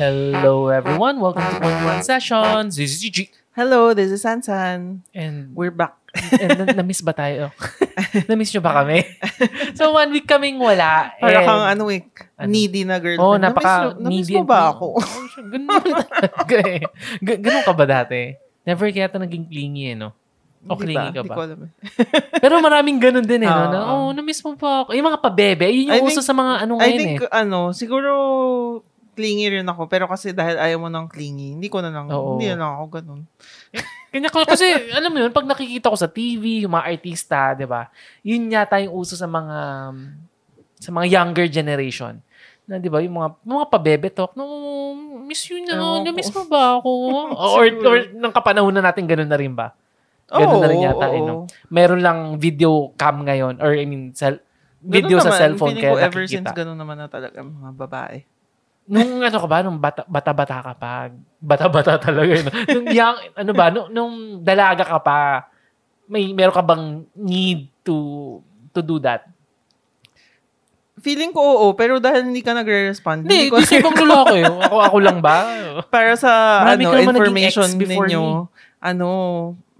Hello everyone, welcome to Point One Sessions. This is Gigi. Hello, this is Sansan. And, We're back. and na- na-miss ba tayo? na-miss nyo ba kami? so one week kaming wala. and- Para kang ano eh, Ano? needy na girlfriend. Oo, oh, napaka Namiss needy Oh, and- mo ba ako? Oo, siya, Ganun talaga eh. Ga- Ganun ka ba dati? Never kaya ito naging clingy eh, no? O Hindi clingy ka Hindi ba? ko alam. eh. Pero maraming ganun din eh, no? Oo. Na, oh, na-miss mo pa ako. Yung mga pabebe, yun yung I uso think- sa mga ano I ngayon think, eh. ano, siguro clingy rin ako. Pero kasi dahil ayaw mo ng clingy, hindi ko na lang, Oo. hindi na lang ako ganun. Kanya ko, kasi alam mo yun, pag nakikita ko sa TV, yung mga artista, di ba? Yun yata yung uso sa mga sa mga younger generation. Na di ba, yung mga yung mga pabebe talk, no, miss you na, Ewan ko. na-miss mo ba ako? or, or nang kapanahon na natin, ganun na rin ba? Ganun na rin yata, eh, no? Meron lang video cam ngayon, or I mean, cell, video sa cellphone kaya kaya ko ever since nakikita. ganun naman na talaga ang mga babae. Nung ano ka ba, nung bata- bata-bata ka pa, bata-bata talaga yun. Nung young, ano ba, nung, nung dalaga ka pa, may meron ka bang need to to do that? Feeling ko oo, pero dahil hindi ka nagre-respond, Hindi, ko di sa ibang luloko eh. Ako, ako lang ba? para sa Marami ano ka naman naging information ex before ninyo, me. ano,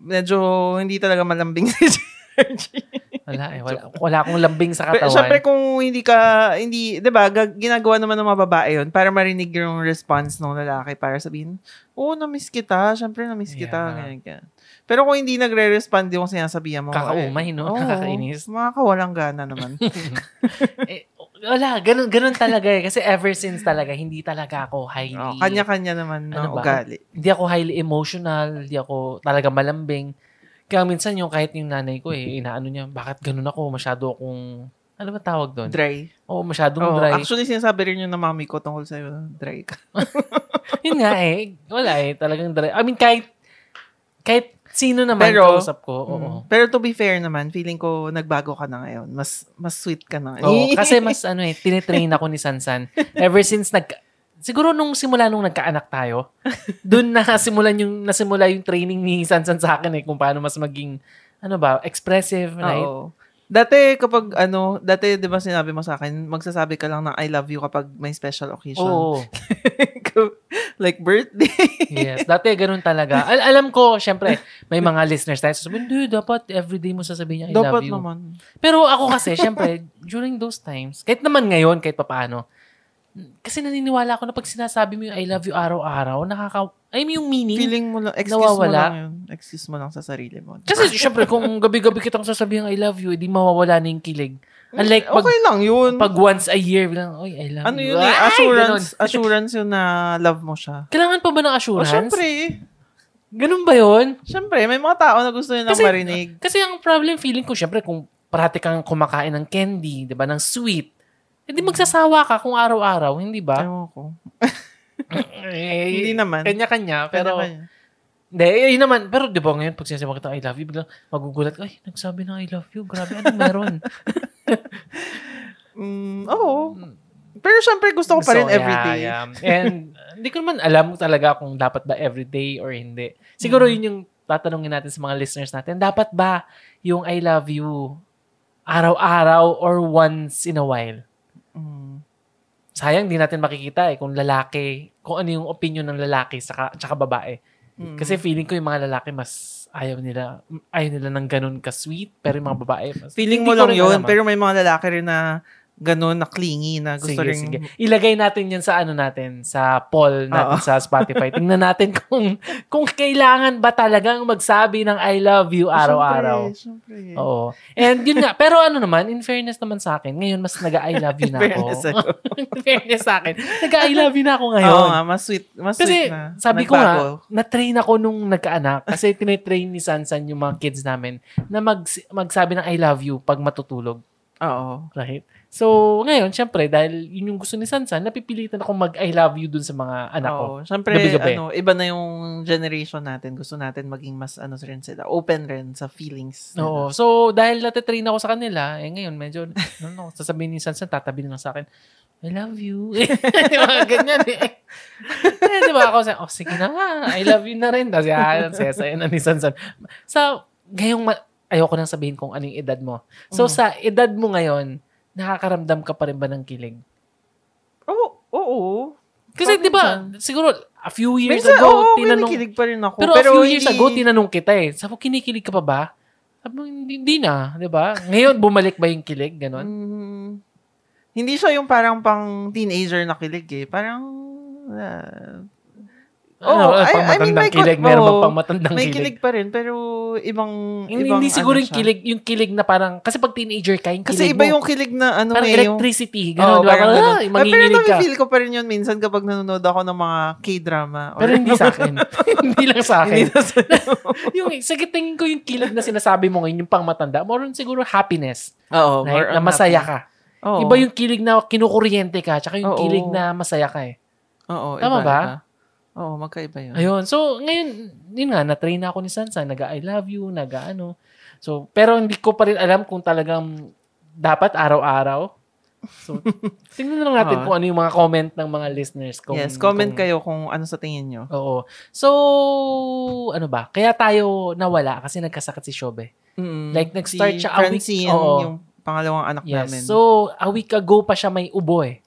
medyo hindi talaga malambing si Sergi. Wala eh, wala, wala akong lambing sa katawan. Pero syempre kung hindi ka, hindi, di ba, gag- ginagawa naman ng mga babae yun para marinig yung response ng lalaki para sabihin, oo, na-miss kita, syempre na-miss kita, Yeah. ganyan, ganyan. Pero kung hindi nagre-respond yung sinasabihan mo, Kakaumay, no? oo, oh, Nakakainis. Makakawalang gana naman. eh, wala, ganun, ganun talaga eh. Kasi ever since talaga, hindi talaga ako highly... Oo, kanya-kanya naman ng Ano ba? ugali. hindi ako highly emotional, hindi ako talaga malambing. Kaya minsan yung kahit yung nanay ko eh, inaano niya, bakit ganun ako, masyado akong, ano ba tawag doon? Dry. Oo, masyadong Oo, dry. Actually, sinasabi rin yun ng mami ko tungkol sa'yo, dry ka. Yun nga eh, wala eh, talagang dry. I mean, kahit, kahit sino naman Pero- kausap ko, oo. Mm. Pero to be fair naman, feeling ko nagbago ka na ngayon. Mas mas sweet ka na. Oo, kasi mas ano eh, tinitrain ako ni Sansan. Ever since nag, siguro nung simula nung nagkaanak tayo, dun na simulan yung, nasimula yung training ni Sansan sa akin eh, kung paano mas maging, ano ba, expressive, right? Oo. Dati kapag ano, dati 'di ba sinabi mo sa akin, magsasabi ka lang ng I love you kapag may special occasion. Oo. like birthday. Yes, dati ganun talaga. Al- alam ko, syempre, may mga listeners tayo. So, hindi, dapat everyday mo sasabihin niya, I Dapat love you. Hmm? naman. Pero ako kasi, syempre, during those times, kahit naman ngayon, kahit papaano, kasi naniniwala ako na pag sinasabi mo yung I love you araw-araw, nakaka... I mean, yung meaning. Feeling mo lang, excuse mo Nawawala. lang yun. Excuse mo lang sa sarili mo. Kasi syempre, kung gabi-gabi kitang sasabihin I love you, hindi mawawala na yung kilig. Unlike pag, Hmm? okay lang yun. pag once a year, bilang, oy, I love ano you. yun eh, Ay, assurance, ganun. assurance yun na love mo siya. Kailangan pa ba ng O assurance? syempre, Ganun ba yun? syempre, may mga tao na gusto nilang Kasi- Diba? marinig. Kasi ang problem feeling ko, syempre, kung parati kang kumakain ng candy, di ba, ng sweet, hindi magsasawa ka kung araw-araw, hindi ba? Mm. Ewan ko. Eh, Hindi naman. Kanya-kanya, pero... Kanya-kanya. Hindi, eh, yun naman. Pero di ba ngayon, pag sinasabi kita, I love you, biglang magugulat ka, ay, nagsabi na I love you, grabe, ano meron? Mm, oo. Pero syempre gusto ko pa rin So, yeah, everyday. yeah. And uh, hindi ko naman alam talaga kung dapat ba everyday or hindi. Siguro Mm. yun yung tatanungin natin sa mga listeners natin. Dapat ba yung I love you araw-araw or once in a while? Mm. sayang di natin makikita eh kung lalaki, kung ano yung opinion ng lalaki sa tsaka babae. Mm. Kasi feeling ko yung mga lalaki mas ayaw nila ayaw nila ng ganun ka sweet pero yung mga babae mas feeling Hindi mo ko lang rin yun, alam, ah. pero may mga lalaki rin na ganun, na clingy, na gusto sige, rin. sige. Ilagay natin yan sa ano natin, sa poll natin Oo. sa Spotify. Tingnan natin kung kung kailangan ba talagang magsabi ng I love you araw-araw. Siyempre, siyempre. Oo. And yun nga, pero ano naman, in fairness naman sa akin, ngayon mas naga-I love you na ako. Fairness sa'yo. in fairness sa akin, naga-I love you na ako ngayon. Oo nga, mas sweet, mas Kasi sweet na. sabi ko Nagbago. nga, na-train ako nung nagkaanak kasi tinitrain ni Sansan yung mga kids namin na mag, magsabi ng I love you pag matutulog, Oo. right? So, ngayon, syempre, dahil yun yung gusto ni Sansan, napipilitan ako mag-I love you dun sa mga anak ko. Oo. Siyempre, Gabi-gabi. ano, iba na yung generation natin. Gusto natin maging mas, ano rin sila, open rin sa feelings. nila. Oo. So, dahil natitrain ako sa kanila, eh ngayon, medyo, ano, no, sasabihin ni Sansan, tatabi na lang sa akin, I love you. Di ba? Ganyan eh. eh di ba ako sa, oh, sige na nga, I love you na rin. Tapos, ah, ang saya-saya na ni Sansan. So, ngayong, ma- ayoko nang sabihin kung ano yung edad mo. So, Mhm. sa edad mo ngayon, nakakaramdam ka pa rin ba ng kilig? Oo. oo. Kasi Paminsan. di ba, siguro a few years Minsan, ago, oo, tinanong, kinikilig pa rin ako. pero, a few years hindi- ago, tinanong kita eh. Sabi ko, kinikilig ka pa ba? Sabi mo, hindi, hindi na, di ba? Ngayon, bumalik ba yung kilig? Ganon. Mm, hindi siya yung parang pang teenager na kilig eh. Parang, ah, ano, oh, pang I- I mean, matandang may- kilig, meron bang oo, pang matandang may kilig? kilig pa rin, pero ibang, Hindi, ibang hindi siguro ano yung siya. kilig, yung kilig na parang, kasi pag teenager ka, yung Kasi kilig iba mo, yung kilig na ano parang eh. yung- electricity, gano'n, Oo, di ba? parang Ah, ganun. Pero manginginig ka. feel ko pa rin yun minsan kapag nanonood ako ng mga K-drama. or- Pero hindi sa akin. hindi lang sa Hindi akin. na sa'yo. yung, sa tingin ko yung kilig na sinasabi mo ngayon, yung pang matanda, more on siguro happiness. Oo. Oh, more Right? Na on masaya happy. ka. Oo. Iba yung kilig na kinukuryente ka, tsaka yung Oo. kilig na masaya ka eh. Oo, Tama iba, ba? iba. Oo, magkaiba yun. Ayun. So, ngayon, yun nga, na-train na ako ni Sansa. Naga I love you, naga ano. So, pero hindi ko pa rin alam kung talagang dapat araw-araw. So, tingnan lang natin Oo. kung ano yung mga comment ng mga listeners. Kung, Ah. yes, comment kung- kayo kung ano sa tingin nyo. Oo. So, ano ba? Kaya tayo nawala kasi nagkasakit si Shobe. Mm. Like, nag-start si siya a week- Francine, oo. yung pangalawang anak Yes. namin. So, a week ago pa siya may ubo eh.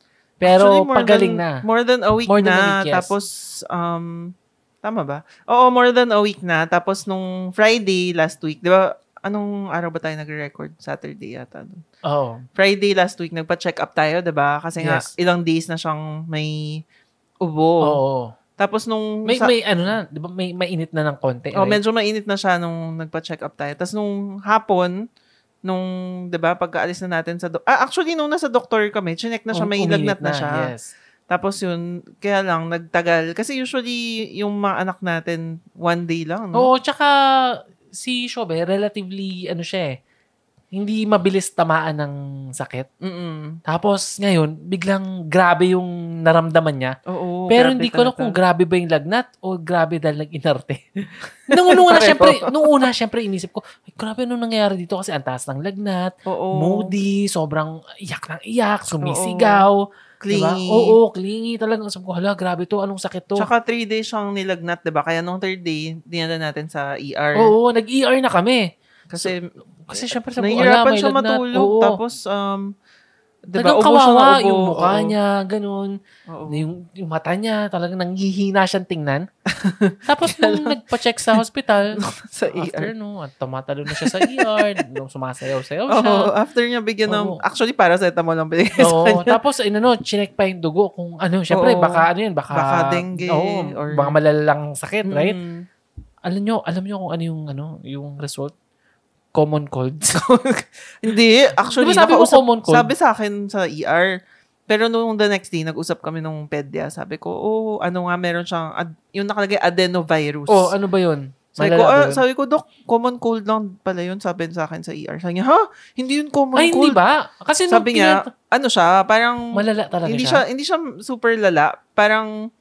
Pero Actually, more pagaling than- na. More than a week More na. than a week, yes. Tapos, um, tama ba? Oo, more than a week na. Tapos, nung Friday last week, di ba, anong araw ba tayo nag-record? Saturday yata. no? Oo. Friday last week, nagpa-check up tayo, di ba? Kasi nga, Yes. ilang days na siyang may Oo. ubo. Tapos, nung... May, Oh. sa- may ano na, di ba, may mainit na ng konti. Oh, right? medyo mainit na siya nung nagpa-check up tayo. Tapos nung hapon, nung, 'di ba, pagkaalis na natin sa do- ah, actually nung nasa doktor kami, chinek na siya, may Um- ilagnat uminit na, siya. Yes. Tapos yun, kaya lang nagtagal kasi usually yung mga anak natin one day lang, no? Oo, tsaka si Shobe, relatively, ano siya eh, hindi mabilis tamaan ng sakit. Mm-mm. Tapos ngayon, biglang grabe yung naramdaman niya. Pero Oo. Oh, grabe hindi ko alam talaga. kung grabe ba yung lagnat o grabe dahil nag-inarte. nung una, Pareho. syempre, nung una, syempre, inisip ko, ay, grabe anong nangyayari dito kasi ang taas ng lagnat, Oo. moody, sobrang iyak ng iyak, sumisigaw. clingy. diba? Oo, clingy talaga. Sabi ko, hala, grabe to, anong sakit to? Tsaka three days siyang nilagnat, 'di ba? Kaya nung third day, dinala natin sa ER. Oo, nag-ER na kami. Kasi Kasi syempre, sabi ko, hala, nahihirapan may siya lagnat. matulog. Oo. Tapos, um, 'di Talagang ba, ubo siya ng kawawa ubo. yung mukha Oo. niya, ganun. Oo. Yung, yung mata niya, talagang nanghihina siyang tingnan. Tapos nung nagpa-check sa hospital, sa after ER. no, at tumatalo na siya sa ER, nung sumasayaw-sayaw Oo, siya. after niya bigyan ng... Oo. Actually, para sa mo lang binigay sa Oo, kanya. tapos ano, no, chinek pa yung dugo kung ano, syempre Oo. baka ano yun, baka Baka dengue oo, or- baka malalang sakit, right? Mm. Alam nyo, alam nyo kung ano yung ano, yung result? Common colds. Hindi, actually, Diba sabi mo nakausap- common cold? Sabi sa akin sa ER. Pero nung the next day, nag-usap kami nung pedya. Sabi ko, oh, ano nga, meron siyang, ad- yung nakalagay, adenovirus. oh, ano ba yun? sabi Malala ko, ba ah, yun? sabi ko, Dok, common cold lang pala yun, sabi sa akin sa ER. Sabi niya, ha? Hindi yun common Ay, hindi cold. ba? Kasi nung Sabi niya, pinat- ano siya, parang malala talaga hindi siya. hindi siya super lala, parang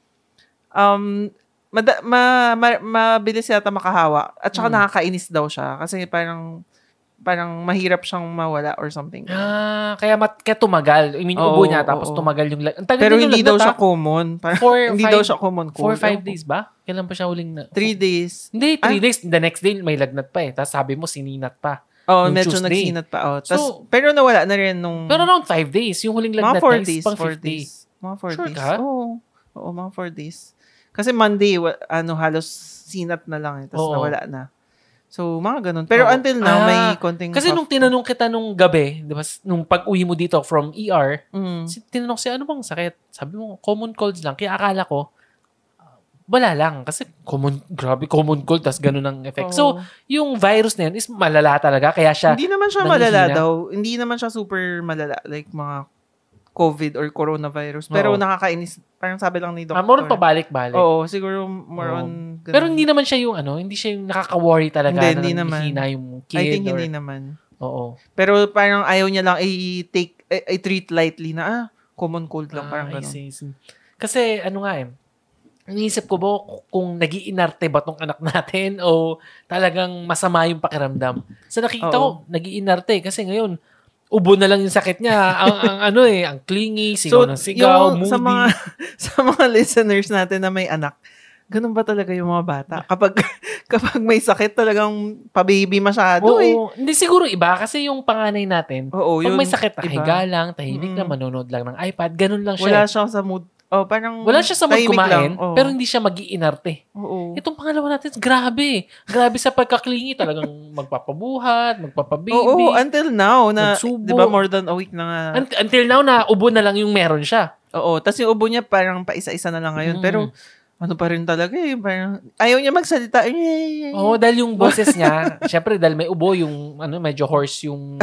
um mada, ma, ma, mabilis yata makahawa at saka Mm. nakakainis daw siya kasi parang parang mahirap siyang mawala or something. Ah, kaya mat kaya tumagal. I mean, Oo, ubo niya oo, tapos oo. tumagal yung lag. Ang tagal Pero din yung hindi daw lagnat, siya ah. common. Parang, Four, hindi five, daw siya common cold. Four, five Ewan ko. days ba? Kailan pa siya huling na? Three days. Hindi, three Ah. days. The next day, may lagnat pa eh. Tapos sabi mo, sininat pa. Oh, Yung medyo Tuesday. nagsinat pa. Oh. Tas, So- pero nawala na rin nung Pero around five days. Yung huling Mm. mga lagnat four na is days. pang Four 50. days. Mga four Sure days. ka? Oo. Oo, mga four days. Kasi Monday, wa- ano, halos sinat na lang eh. Tapos Oo. nawala na. So, mga ganun. Oo. Pero until Ah, now, may konting... Kasi nung tinanong kita nung gabi, di ba, s- nung pag-uwi mo dito from ER, Mm. si- tinanong siya, ano bang sakit? Sabi mo, common colds lang. Kaya akala ko, ah, wala lang. Kasi common, grabe, common cold, tas ganun ang effect. So, Oo. yung virus na yun is malala talaga. Kaya siya, hindi naman siya nanghihina. malala daw. Hindi naman siya super malala. Like, mga COVID or coronavirus. Pero Oo. nakakainis. Parang sabi lang ni Dr. ah, more on pabalik-balik. Oo, siguro more Oo. on... ganun. Pero hindi naman siya yung ano, hindi siya yung nakaka-worry talaga Hindi, na hindi naman. nanghihina yung kid. I think or, hindi naman. Oo. Pero parang ayaw niya lang i-take, i- i-treat lightly na, ah, common cold lang. parang Ah, I ganun. see, I see. Kasi ano nga eh, iniisip ko ba kung nagiinarte ba tong anak natin o talagang masama yung pakiramdam. Sa nakikita ko, nagiinarte kasi ngayon, ubo na lang yung sakit niya. ang, ang ano eh, ang clingy, sigaw ng sigaw, yung moody. Sa mga, sa mga listeners natin na may anak, ganun ba talaga yung mga bata? Kapag, kapag may sakit, talagang pababy masyado Oo, eh. hindi siguro iba kasi yung panganay natin, Oo, pag yun. may sakit, iba. tahiga lang, tahimik Mm-mm. lang, manonood lang ng iPad, ganun lang siya. Wala siya sa mood. Oh, parang Wala siya sa mood tahimik kumain, lang. Oo. pero hindi siya mag-iinarte. Oo. Itong pangalawa natin, grabe. Grabe sa pagkaklingi talagang magpapabuhat, magpapababy. Oo, until now na, Nagsubo. 'di ba more than a week na nga. Un- until now, na ubo na lang yung meron siya. Oo, tapos yung ubo niya parang paisa-isa na lang Mm. ngayon, pero ano pa rin talaga eh, parang ayaw niya magsalita. Eh, Oo, dahil yung boses niya, syempre dahil may ubo, yung ano, medyo hoarse yung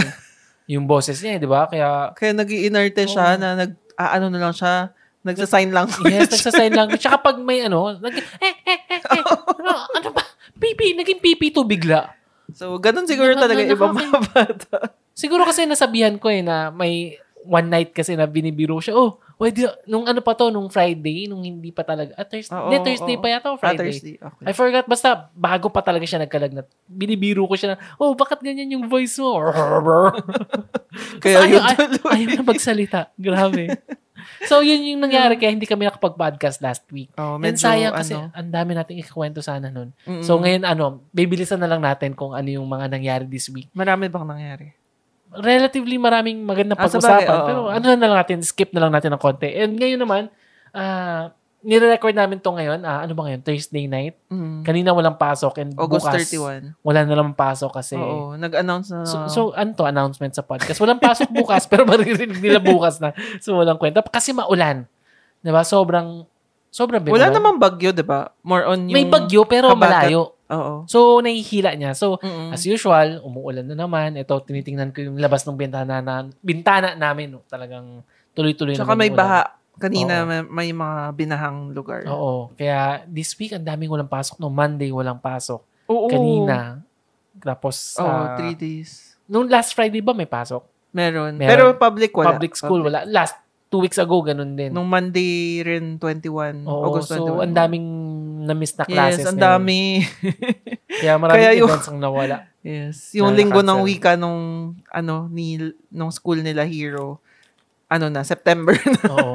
yung boses niya, eh, di ba? Kaya, Kaya nag-iinerte Oo. siya na nag aano na lang siya, nagsa-sign lang. yes, nagsasign lang. Tsaka pag may ano, nag, eh, eh, eh, eh, ano, ano ba? Pipi, naging pipi to bigla. so, ganun siguro Nakaka- talaga ibang mga nakaka- bata. Siguro kasi nasabihan ko eh na may one night kasi na binibiro siya. Oh, wait, nung ano pa to, nung Friday, nung hindi pa talaga. Ah, Thursday, Oo, hindi, Thursday oo. pa yata o Ah, Friday. Thursday. Okay. I forgot, basta bago pa talaga siya nagkalagnat. Binibiro ko siya na, oh, bakit ganyan yung voice mo? Kaya Ayaw- yun ay- tuloy. Ayaw na magsalita. Grabe. So, yun yung nangyari kaya hindi kami nakapag-podcast last week. Oh, And medyo sayang kasi ano. Mm. ang dami nating ikikwento sana nun. Mm-mm. So, ngayon ano, bibilisan na lang natin kung ano yung mga nangyari this week. marami bang nangyari? Relatively maraming magandang Ah, pag-usapan. sabagay, oo. pero ano na lang natin, skip na lang natin ng konti. And ngayon naman, ah nire-record namin to ngayon. ah, ano ba ngayon? Thursday night. Mm. Kanina walang pasok and August bukas 31. wala na lang pasok kasi. Oo, Ah. nag-announce na. So, so ano to, announcement sa podcast. Walang pasok bukas, pero maririnig nila bukas na. So, walang kwenta. Kasi maulan. Diba? Sobrang, sobrang wala binulan. namang bagyo, 'di ba? More on yung May bagyo, pero kabagat. malayo. Oo. So, nahihila niya. So, Mm-mm. as usual, umuulan na naman. Ito, tinitingnan ko yung labas ng bintana, na, bintana namin. No? Talagang tuloy-tuloy Tsaka naman may yung ulan. baha. Oo. Kanina may, may mga binahang lugar. Oo. Kaya, this week, ang daming walang pasok. No, Monday, walang pasok. Oo. Kanina. Tapos, Oo, ah, three days. nung last Friday ba may pasok? Meron. Meron. Pero public wala. Public school, wala. Last two weeks ago, ganun din. Nung Monday rin, 21. Oo, August 21. so ang daming na-miss na classes. Yes, ang ngayon. dami. Kaya maraming Kaya yung- events ang nawala. yes. Yung Na- linggo ng na-cancel. wika nung, ano, ni, nung school nila, Hero. Ano na, September na. Oo.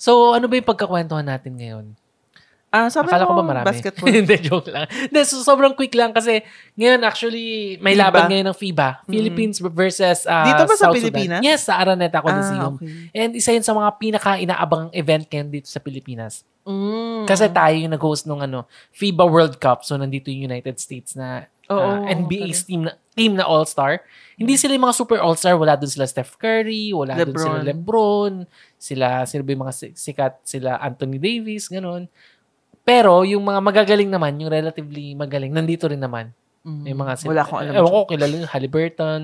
So, ano ba yung pagkakwentuhan natin ngayon? Ah, sabi Akala ko mo, ba marami? basketball. Hindi, joke lang. Hindi, so, sobrang quick lang kasi ngayon actually may FIBA. Mm-hmm. laban ngayon ng FIBA. Philippines versus uh, Dito ba sa South Pilipinas? Sudan. Yes, sa Araneta ah, Coliseum. okay. And isa yun sa mga pinaka-inaabang event ngayon dito sa Pilipinas. Mm. Kasi tayo yung nag-host ng ano, FIBA World Cup. So, nandito yung United States na uh, Oo, NBA's talaga. team na, team na all-star. Hindi sila yung mga super all-star. Wala dun sila Steph Curry, wala dun sila LeBron. Lebron, sila, sila ba yung mga si- sikat, sila Anthony Davis, ganun. Pero yung mga magagaling naman, yung relatively magaling, nandito rin naman. Mm. Yung mga sila, Wala akong alam. Ewan ko, kilala yung Halliburton,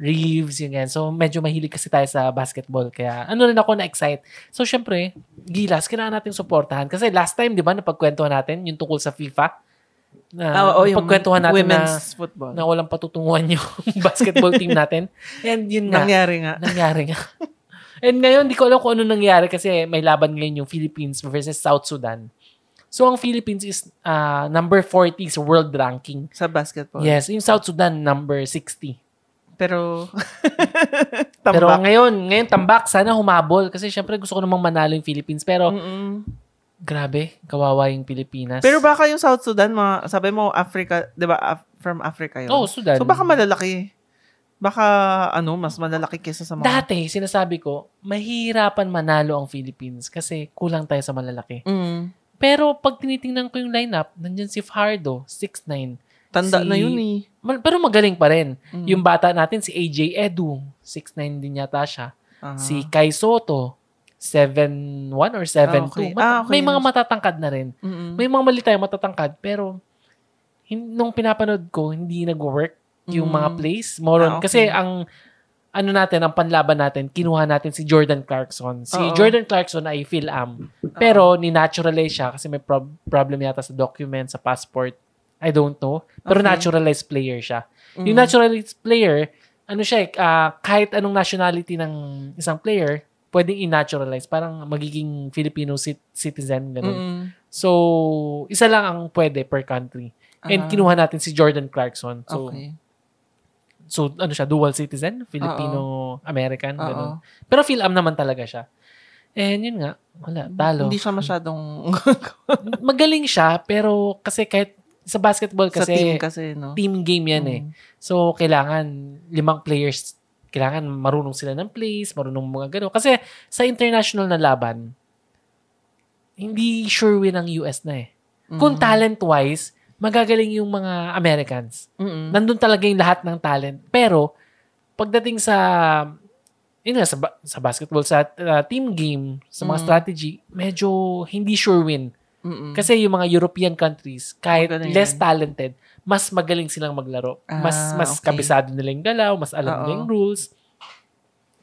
Reeves, yung ganyan. So, medyo mahilig kasi tayo sa basketball. Kaya, ano rin ako na-excite. So, syempre, Gilas, kailangan nating suportahan. Kasi last time, di ba, napagkwentuhan natin yung tungkol sa FIFA. Na, Ah, oo, yung napagkwentuhan natin na, women's football. na walang patutunguhan yung basketball team natin. And yun nga, Nangyari nga. nangyari nga. And ngayon, di ko alam kung ano nangyari kasi may laban ngayon yung Philippines versus South Sudan. So, ang Philippines is ah, number 40 sa world ranking. Sa basketball. Yes, yung South Sudan, number 60. Pero, Pero tambak. ngayon, ngayon tambak, sana humabol. Kasi syempre gusto ko namang manalo yung Philippines. Pero Mm-mm. grabe, kawawa yung Pilipinas. Pero baka yung South Sudan, mga, sabi mo, Africa, di ba, Af- from Africa yun? Oo, Oh, Sudan. So baka malalaki. Baka, ano, mas malalaki kesa sa mga... Dati, sinasabi ko, mahirapan manalo ang Philippines kasi kulang tayo sa malalaki. Mm. Pero pag tinitingnan ko yung lineup, nandyan si Fardo, 6'9". Tanda Si- na yun eh. Mal- Pero magaling pa rin. Mm. Yung bata natin, si AJ Edu, 6'9 din yata siya. Ah. Si Kai Soto, 7'1 or 7'2. okay. Mata- Ah, okay. May mga matatangkad na rin. Mm-mm. May mga mali tayong matatangkad, pero hin- nung pinapanood ko, hindi nag-work yung Mm. mga plays. More on, Ah, okay. Kasi ang ano natin, ang panlaban natin, kinuha natin si Jordan Clarkson. Si Oo. Jordan Clarkson ay Phil-Am. Pero ni-naturalize siya kasi may prob- problem yata sa document, sa passport. I don't know. Pero Okay. naturalized player siya. Mm. Yung naturalized player, ano siya eh, ah, kahit anong nationality ng isang player, pwedeng i-naturalize. Parang magiging Filipino cit- citizen, ganun. Mm-mm. So, isa lang ang pwede per country. And Ah. kinuha natin si Jordan Clarkson. So, Okay. so ano siya, dual citizen, Filipino-American, ganun. Oo. Pero Phil-Am naman talaga siya. And yun nga, wala, talo. Hindi siya masyadong Magaling siya, pero kasi kahit sa basketball sa team kasi, kasi, no? team game yan eh. Mm. So, kailangan limang players, kailangan marunong sila ng plays, marunong mga gano'n. Kasi sa international na laban, hindi sure win ang US na eh. Mm. Kung talent-wise, magagaling yung mga Americans. Mm-mm. Nandun talaga yung lahat ng talent. Pero, pagdating sa, yun nga, sa, ba- sa basketball, sa uh, team game, sa mga Mm. strategy, medyo hindi sure win. Mm-mm. Kasi yung mga European countries, kahit Magaling less yan. talented, mas magaling silang maglaro. mas Ah, mas okay. kabisado nila yung galaw, mas alam nila Oo. yung rules,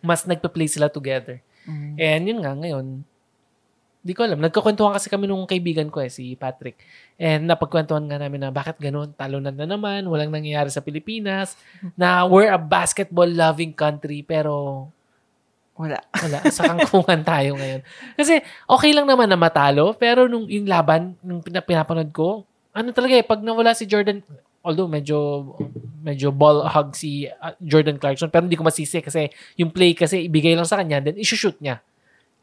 mas nagpa-play sila together. Mm. And yun nga, ngayon, di ko alam. Nagkakwentuhan kasi kami nung kaibigan ko eh, si Patrick. And napagkwentuhan nga namin na bakit ganun, talunan na naman, walang nangyayari sa Pilipinas, na we're a basketball-loving country, pero Wala. wala, sa kangkungan tayo ngayon. Kasi okay lang naman na matalo, pero nung yung laban, nung pina- pinapanood ko, ano talaga eh, pag nawala si Jordan, although medyo medyo ball hog si uh, Jordan Clarkson, pero hindi ko masisi kasi yung play kasi ibigay lang sa kanya, then isushoot niya.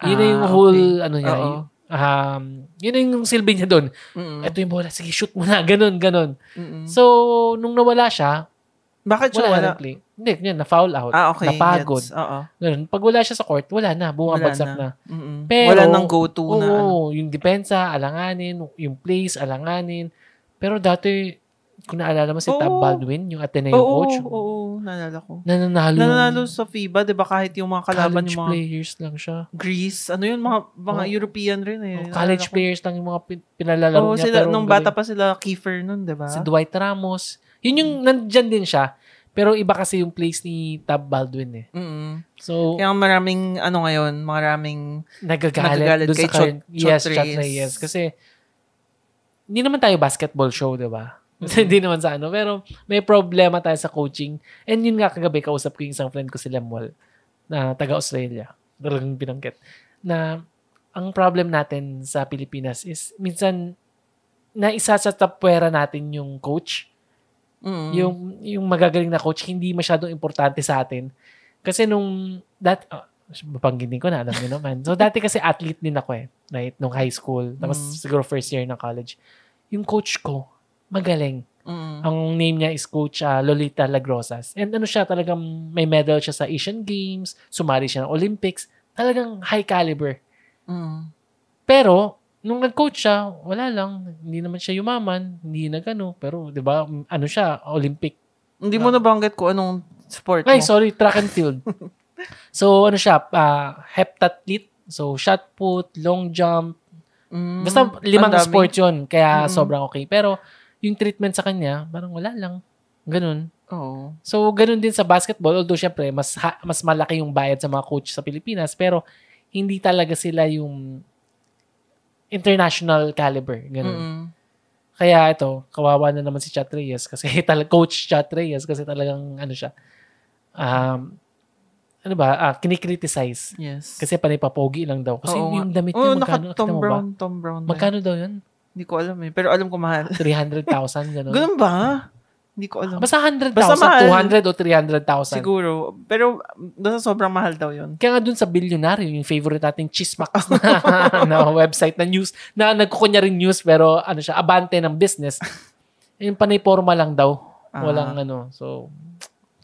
Yun na Ah, yung whole, ano niya, Oo. Mm. y- um, yun na yung silbi niya doon. Mm-mm. Ito yung bola, sige, shoot mo na, ganun, ganun. Mm-mm. So, nung nawala siya, Bakit siya wala, wala? na play. Hindi, yun, na-foul out. Ah, okay. Napagod. Gets. Oo. Ganun. Pag wala siya sa court, wala na, bumabagsak Wala na. Mm-mm. Pero- wala nang go-to Oo, na ano. yung depensa, alanganin, yung plays, alanganin. Pero dati, kung naalala mo si Tab Oo. Baldwin, yung Ateneo Oo, coach, oo, oo, naalala ko. nananalo, Nananalo sa FIBA, di ba kahit yung mga kalaban college yung mga players lang siya. Greece, ano yun, mga, mga Oo. European rin eh. Oh, college Naalala players lang yung mga pin- ko. pinalalaro Oo, niya. sila, pero nung ang bata pa sila, Kiefer nun, di ba? galing. Si Dwight Ramos. Yun yung, nandyan din siya. Pero iba kasi yung plays ni Tab Baldwin eh. Mm-mm. So, Kaya maraming, ano ngayon, maraming nagagalit, Nagagalit dun kay sa current, Chot- yes, Chot Chot Reyes. Reyes. Kasi, hindi naman tayo basketball show, di ba? hindi naman sa ano. Pero, may problema tayo sa coaching. And yun nga, kagabi, kausap ko yung isang friend ko si Lemuel, na taga-Australia. Talagang binanggit. Na, ang problem natin sa Pilipinas is, minsan, naisa sa tapwera natin yung coach. Mm. Yung, yung magagaling na coach, hindi masyadong importante sa atin. Kasi nung, that, ah, babanggitin ko na, alam niyo naman. So, dati kasi athlete din ako eh, right? Nung high school, tapos Mm. siguro first year ng college. Yung coach ko, magaling. Mm. Ang name niya is Coach ah, Lolita Lagrosas. And ano siya, talagang may medal siya sa Asian Games, sumali siya ng Olympics. Talagang high caliber. Mm. Pero, nung nag-coach siya, wala lang. Hindi naman siya yumaman, hindi nagano. Pero, di ba, ano siya, Olympic Hindi mo nabanggit ko anong sport Ah. Ay, mo. sorry, track and field. so, ano siya, ah, heptathlete. So, shot put, long jump. Mm. Basta limang Ang dami. sport yun. Kaya Mm. sobrang okay. Pero, yung treatment sa kanya, parang wala lang. Ganun. Oo. So, ganun din sa basketball. Although, syempre, mas, ha- mas malaki yung bayad sa mga coach sa Pilipinas. Pero, hindi talaga sila yung international caliber. Ganun. Mm. Kaya ito, kawawa na naman si Chat Reyes kasi talaga coach Chat Reyes kasi talagang ano siya. Um, ano ba? Ah, kinikriticize. Yes. Kasi panipapogi lang daw. Kasi Oo nga. yung damit niya, Oo, magkano? naka Tom Kita ano, mo ba? Brown, Tom Brown. na Magkano daw yun? yun. Hindi ko alam eh. Pero alam ko mahal. 300,000, gano'n. Ganun ba? Hindi ko alam. Basta 100,000, Basta mahal. 200 o 300,000. Siguro. Pero basta sobrang mahal daw yun. Kaya nga dun sa Billionaire, yung favorite nating chismax na, na website na news, na nagkukunya rin news, pero ano siya, abante ng business. Yung panay forma lang daw. Ah. Walang ano. So,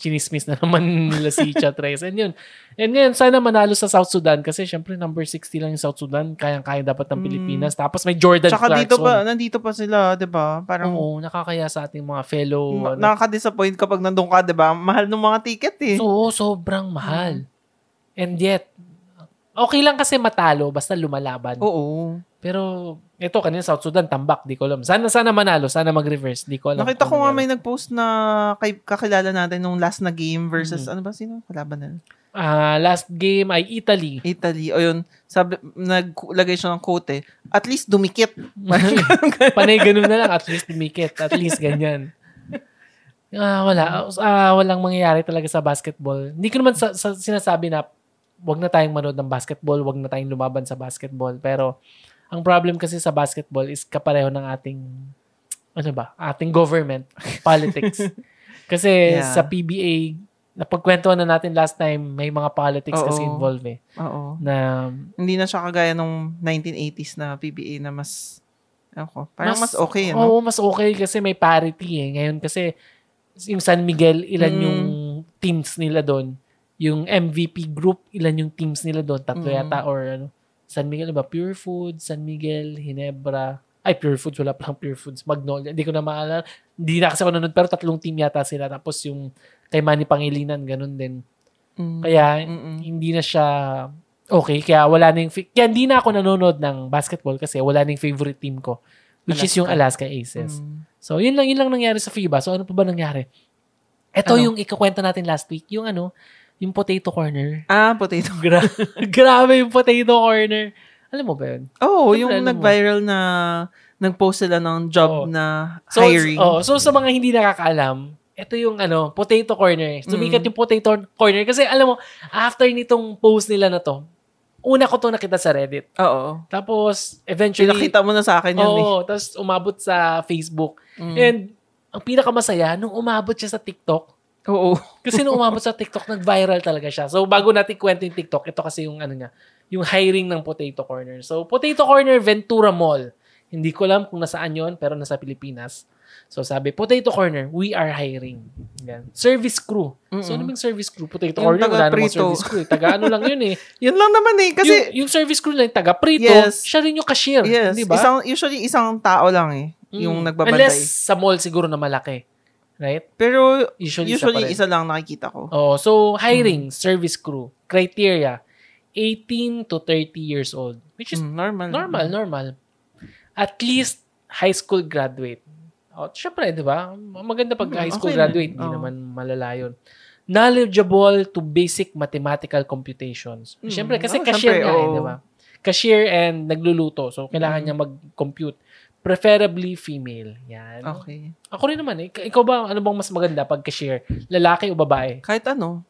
chinismis na naman nila si Chatres. And yun. And ngayon, sana manalo sa South Sudan kasi syempre number 60 lang yung South Sudan. Kayang-kaya dapat ng Mm. Pilipinas. Tapos may Jordan Tsaka Clarkson. dito pa, nandito pa sila, di ba? Parang Oo, nakakaya sa ating mga fellow. ma- ano. nakaka-disappoint kapag nandun ka, di ba? Mahal ng mga ticket eh. So, sobrang mahal. And yet, okay lang kasi matalo basta lumalaban. Oo. Pero ito kanina South Sudan tambak, di ko alam. Sana sana manalo, sana mag-reverse, di ko alam. Nakita kung ko nga mangyari. may nag-post na kay, kakilala natin nung last na game versus, Mm-hmm. ano ba, sino? Kalaban na. Ah, last game ay Italy. Italy. O yun, sabi, naglagay siya ng quote eh. At least dumikit. Panay ganun na lang at least dumikit, at least ganyan. Ah, wala. Ah, walang mangyayari talaga sa basketball. Hindi ko naman sa, sa- sinasabi na wag na tayong manood ng basketball, wag na tayong lumaban sa basketball, pero ang problem kasi sa basketball is kapareho ng ating ano ba, ating government, politics. kasi Yeah. sa PBA, napagkwentuhan na natin last time, may mga politics kasi Oo. involved eh. Oo. Na Hindi na siya kagaya nung 1980s na PBA na mas, ako, parang mas, okay, ano? Oo, mas okay kasi may parity eh. Ngayon kasi yung San Miguel, ilan Mm. yung teams nila doon. Yung MVP group, ilan yung teams nila doon. Tatlo Mm. yata or ano. San Miguel ba? Pure Foods, San Miguel, Hinebra. Ay, Pure Foods. Wala palang Pure Foods. Magnolia. Hindi ko na maalala. Hindi na kasi ako nanonood. Pero tatlong team yata sila. Tapos yung kay Manny Pangilinan, ganun din. Mm. Kaya Mm-mm. hindi na siya okay. Kaya wala na yung, fi- kaya hindi na ako nanonood ng basketball kasi wala na yung favorite team ko. Which is Alaska. yung Alaska Aces. Mm. So, yun lang, yun lang nangyari sa FIBA. So, ano pa ba nangyari? Ito Ano? yung ikakwento natin last week. Yung ano, yung potato corner. Ah, potato. Gra- Grabe yung potato corner. Alam mo ba yun? Oh, Siyempre, yung alam mo. nag-viral na nag-post sila ng job Oo. na So, hiring. Oh, so sa mga hindi nakakaalam, ito yung ano, potato corner. Mm. Sumikat yung potato corner kasi alam mo, after nitong post nila na to, una ko to nakita sa Reddit. Oo. Tapos, eventually, Pinakita mo na sa akin yun oo, tapos umabot sa Facebook. eh. Mm. And, ang pinakamasaya, nung umabot siya sa TikTok, Oo. kasi nung umabot sa TikTok, nag-viral talaga siya. So, bago natin kwento yung TikTok, ito kasi yung ano niya, yung hiring ng Potato Corner. So, Potato Corner, Ventura Mall. Hindi ko alam kung nasaan yon pero nasa Pilipinas. So, sabi, Potato Corner, we are hiring. Yan. Service crew. So, ano Mm-mm. bang service crew? Potato Yung Corner, taga wala namang prito. service crew. eh. Taga ano lang yun eh. Yun lang naman eh. Kasi, yung, yung service crew lang, taga prito, Yes. siya rin yung cashier. yes. di ba? Isang, usually, isang tao lang eh. Mm. Yung nagbabantay. Unless sa mall siguro na malaki. Right? Pero, Usually, isa pa usually, rin. isa lang nakikita ko. Oo, so, hiring, service crew. Criteria, 18 to 30 years old. Which is Mm, normal. normal, normal. At least, high school graduate. O, syempre, di ba? Maganda pag Mm, high school okay na. graduate, hindi Oo. naman malala yun. Knowledgeable to basic mathematical computations. Mm, Siyempre, kasi oh, cashier syempre, nga eh, oo. di ba? Cashier and nagluluto. So, kailangan Mm. niya mag-compute. Preferably female. Yan. Okay. Ako rin naman eh. Ika- Ikaw ba, ano bang mas maganda pag cashier? Lalaki o babae? Kahit ano.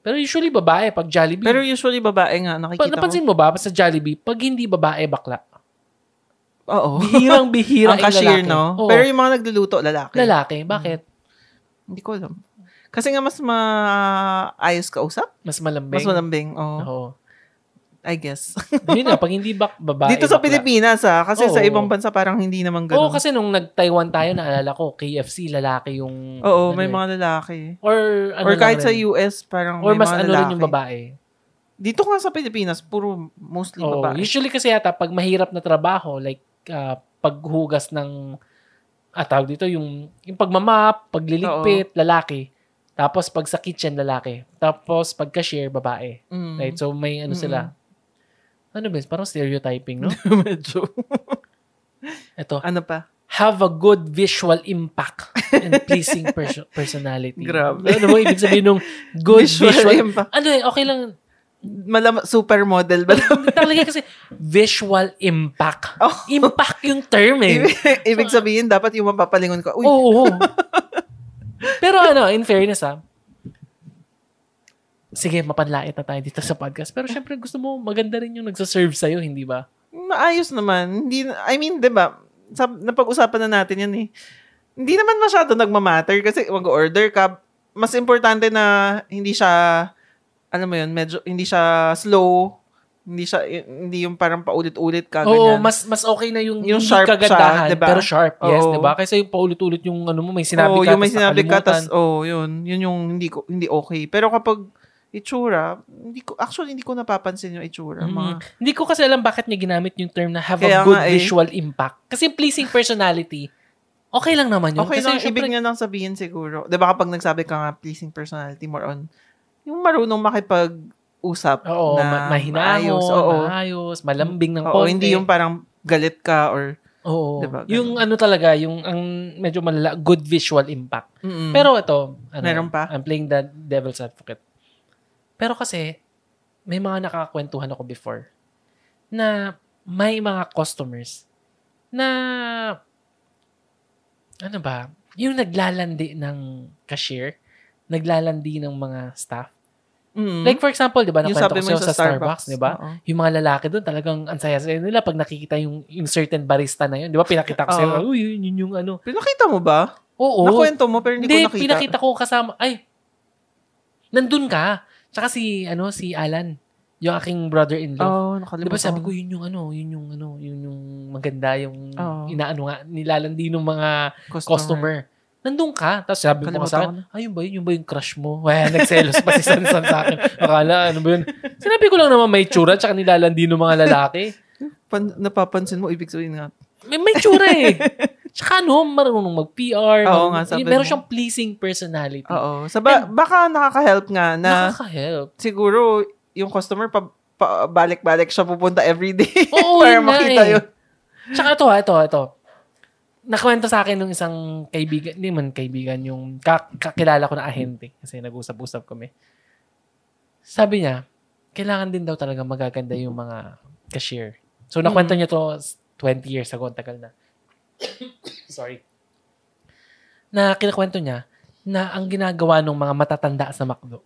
Pero usually babae pag Jollibee. Pero usually, babae nga pa, nakikita ko. napansin mo ba sa Jollibee, pag hindi babae, bakla. Oo. Bihirang bihira Ang cashier, no? Oo. Pero yung mga nagluluto, lalaki. lalaki. Bakit? Hindi ko alam. Kasi nga, mas maayos ka usap. Mas malambing. Mas malambing. Oh, Oo. I guess. Yun na, pag hindi bak babae, Dito eh, sa bakla. Pilipinas, ah. Kasi Oo. sa ibang bansa, parang hindi naman Oo, ganun. Oo, kasi nung nag-Taiwan tayo, naalala ko, KFC, lalaki yung... ano may eh. mga lalaki. Or ano Or kahit lang sa rin. US, parang Or may mas mga ano lalaki. rin yung babae. Dito nga sa Pilipinas, puro mostly Oo, babae. Usually kasi yata, pag mahirap na trabaho, like ah, paghugas ng, ah, tawag dito, yung, yung pagmamap, pagliligpit, lalaki. Tapos pag sa kitchen, lalaki. Tapos pag cashier, babae. Mm. Right? So may ano sila. Ano ba? yun? Parang stereotyping, no? Medyo. Ito, Ano pa? have a good visual impact and pleasing perso- personality. Grabe. Ano ba ibig sabihin ng good visual, impact. Ano eh, okay lang. Malam- supermodel ba? Hindi talaga kasi visual impact. Oh. Impact yung term eh. Ibig, ibig sabihin, dapat yung mapapalingon ko. Uy, Oo. Pero ano, in fairness ha, sige, mapanlait na tayo dito sa podcast. Pero syempre, gusto mo, maganda rin yung nagsaserve sa'yo, hindi ba? maayos naman. Hindi, I mean, di ba? Sab- Napag-usapan na natin yan eh. Hindi naman masyado nagmamatter kasi mag-order ka. Mas importante na hindi siya, alam mo yun, medyo, hindi siya slow. Hindi siya, hindi yung parang paulit-ulit Oo, ka. Ah, ganyan. mas mas okay na yung, Yung hindi sharp siya, kagandahan, diba? pero sharp. Yes, Oo. di ba? Kasi yung paulit-ulit yung ano mo, may sinabi Oo, ka, yung may tas sinabi ka, nakalimutan. tas, oh, yun. Yun yung hindi, ko, hindi okay. Pero kapag itsura, hindi ko, actually, hindi ko napapansin yung itsura. Mm. Mga, Hindi ko kasi alam bakit niya ginamit yung term na have a Kaya good nga eh. visual impact. Kasi pleasing personality, okay lang naman yun. okay kasi lang, syempre, ibig niya lang sabihin siguro. Di ba kapag nagsabi ka nga, pleasing personality, more on, yung marunong makipag-usap. Oo, na ma- mahinahon, maayos, maayos, oo. malambing ng Oo, konti. hindi yung parang galit ka or, Oo. Diba, ganun. Yung ano talaga, yung ang medyo malala, good visual impact. mm Pero ito, ano, Meron pa? I'm playing the devil's advocate. Pero kasi, may mga nakakakwentuhan ako before na may mga customers na ano ba, yung naglalandi ng cashier, naglalandi ng mga staff. Like for example, di ba, Mm. yung nakwento sabi ko mo yung sa'yo sa, Starbucks, di ba? Oo. yung mga lalaki doon talagang ang saya-saya nila pag nakikita yung, yung certain barista na yun. Di ba pinakita ko sa'yo, Oo. uy, yun, yun yung ano. Pinakita mo ba? Oo. Nakwento mo, pero hindi, hindi, ko nakita. pinakita ko kasama, ay, nandun ka. Tsaka si, ano, si Alan, yung aking brother-in-law. Oo, Di nakalimutan. ba sabi ko, yun yung ano, yun yung ano, yun yung maganda, yung Oo. inaano nga, nilalandi ng mga Oh. customer. customer. nandun ka. Tapos sabi ko Kalimutan nga sa ko akin, ay, yun ba yun? Yun ba yung crush mo? Weh, nagselos pa si Sansan sa akin. Akala, ano ba yun? Sinabi ko lang naman may tsura, tsaka nilalandino mga lalaki. Pan- napapansin mo, ibig sabihin nga. May, may tsura eh. Tsaka ano, marunong mag-PR. marunong- Oo nga, sabi Meron mo. siyang pleasing personality. Oo. Sa ba- baka nakaka-help nga na Nakaka-help. siguro yung customer pa, pa- balik-balik siya pupunta everyday Oo, para yun nga makita eh. yun. Tsaka ito, ha, ito, ito. Nakwento sa akin nung isang kaibigan, hindi man kaibigan, yung ka- kakilala ko na ahente. Kasi nag-usap-usap kami. Sabi niya, kailangan din daw talaga magaganda yung mga cashier. So, nakwento Mm-hmm. niya to s- 20 years ago, ang tagal na. Sorry. Na kinakwento niya na ang ginagawa ng mga matatanda sa McDo,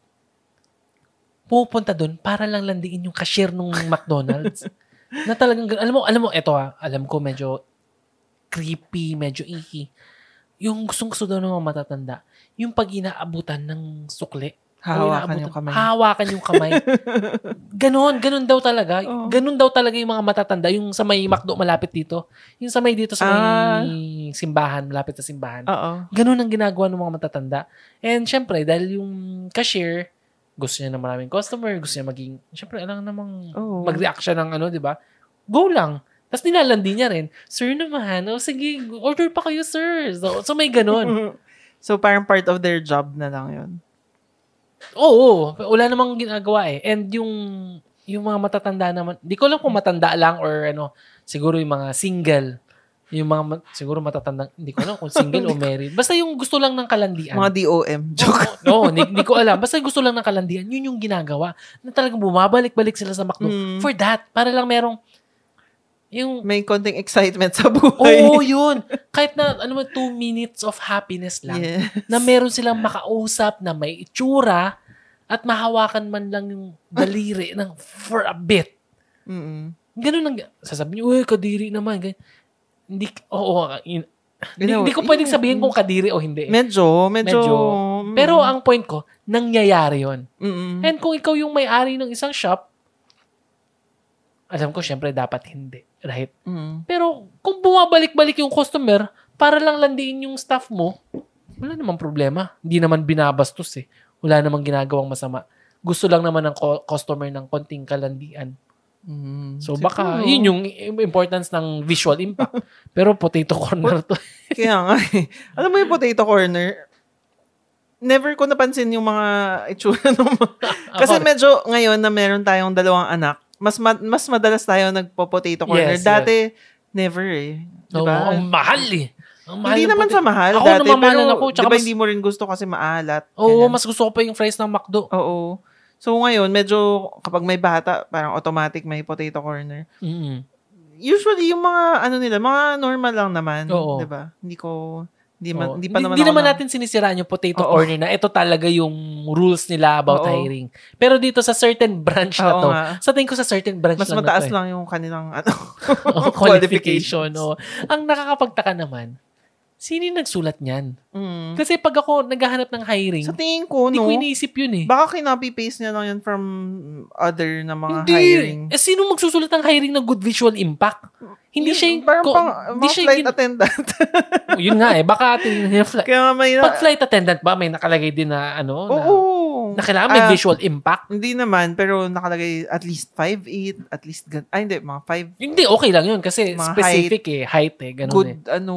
pupunta doon para lang landiin yung cashier ng McDonald's. na talagang, gan- alam mo, alam mo, eto ha, alam ko medyo creepy, medyo icky. Yung gustong gusto daw ng mga matatanda, yung pag inaabutan ng sukle, o Hahawakan inaabutan- yung kamay. Hawakan yung kamay. ganon, ganon daw talaga. Oo. Ganon daw talaga yung mga matatanda. Yung sa may McDo malapit dito. Yung sa may dito sa may Ah. simbahan, malapit sa simbahan. Oo. Ganun ang ginagawa ng mga matatanda. And syempre, dahil yung cashier, gusto niya ng maraming customer, gusto niya maging, syempre, alam namang Oo. mag-react siya ng ano, di ba? Go lang. Tapos nilalandi niya rin, Sir naman, o sige, order pa kayo, sir. So, so may ganun. so parang part of their job na lang yun. Oo, wala namang ginagawa eh. And yung yung mga matatanda naman, di ko alam kung matanda lang or ano, siguro yung mga single. Yung mga ma- siguro matatandang, hindi ko alam kung single o married. Basta yung gusto lang ng kalandian. Mga DOM. Joke. Oo, no, hindi, hindi ko alam. Basta gusto lang ng kalandian, yun yung ginagawa. Na talagang bumabalik-balik sila sa McDo. Mm. For that, para lang merong yung May konting excitement sa buhay. Oo, yun. Kahit na, ano mo, two minutes of happiness lang Yeah. na meron silang makausap na may itsura at mahawakan man lang yung daliri ng for a bit. Mm-mm. Ganun ang, sasabihin niyo, uy, kadiri naman. Ganyan. Hindi, oo, in, hindi, Ganun. hindi ko pwedeng sabihin kung kadiri o hindi. eh. Medyo, medyo. Medyo. mm. Pero ah, ang point ko, nangyayari yon Mm-mm. And kung ikaw yung may-ari ng isang shop, alam ko, syempre, dapat hindi. Right? Mm. Pero kung bumabalik-balik yung customer para lang landiin yung staff mo, wala namang problema. Hindi naman binabastos eh. Wala namang ginagawang masama. Gusto lang naman ng co- customer ng konting kalandian. Mm. So baka Siguro. yun yung im- importance ng visual impact. Pero potato corner to. Kaya nga eh. Alam mo yung potato corner, never ko napansin yung mga itsura ng mga... Kasi Ako- medyo ngayon na meron tayong dalawang anak, mas ma- mas madalas tayo nagpo-potato corner. Yes, yes. Dati, never eh. Oo, Diba? ang mahal eh. Ang mahal hindi ng naman potato- sa mahal Ako, dati, pero namamahalan ako, tsaka diba mas- hindi mo rin gusto kasi maalat. Oo, Ganyan. mas gusto ko pa yung fries ng McDo. Oo. So ngayon, medyo kapag may bata, parang automatic may potato corner. Mm. Usually yung mga ano nila, mga normal lang naman, Oo. 'di ba? Hindi ko hindi, man, Oo. hindi pa naman Hindi ako naman na- natin sinisiraan yung potato Oo. corner na ito talaga yung rules nila about Oo. hiring. Pero dito sa certain branch na Oo to, nga. sa tingin ko sa certain branch Mas lang na mataas to, eh. lang yung kanilang ano, Oo, qualification. qualification. oo. Ang nakakapagtaka naman, sino yung nagsulat niyan? Mm. Kasi pag ako naghahanap ng hiring, Sa tingin ko, hindi ko no, iniisip yun eh. baka kinopy-paste niya lang yun from other na mga hindi. hiring. Eh, sino magsusulat ng hiring ng good visual impact? Hindi Yun, siya yung... Parang ko- pang, hindi mga siya flight yung, attendant. gin- yun nga eh, baka tingnan niya flight. Kaya nga may... na- Pag flight attendant ba, may nakalagay din na ano, Oo. na, na kailangan may Ah, visual impact. Hindi naman, pero nakalagay at least 5'8", at least, gan- ay hindi, mga 5 Hindi, okay lang yun kasi Mga specific eh, height eh, ganun good, eh. ano,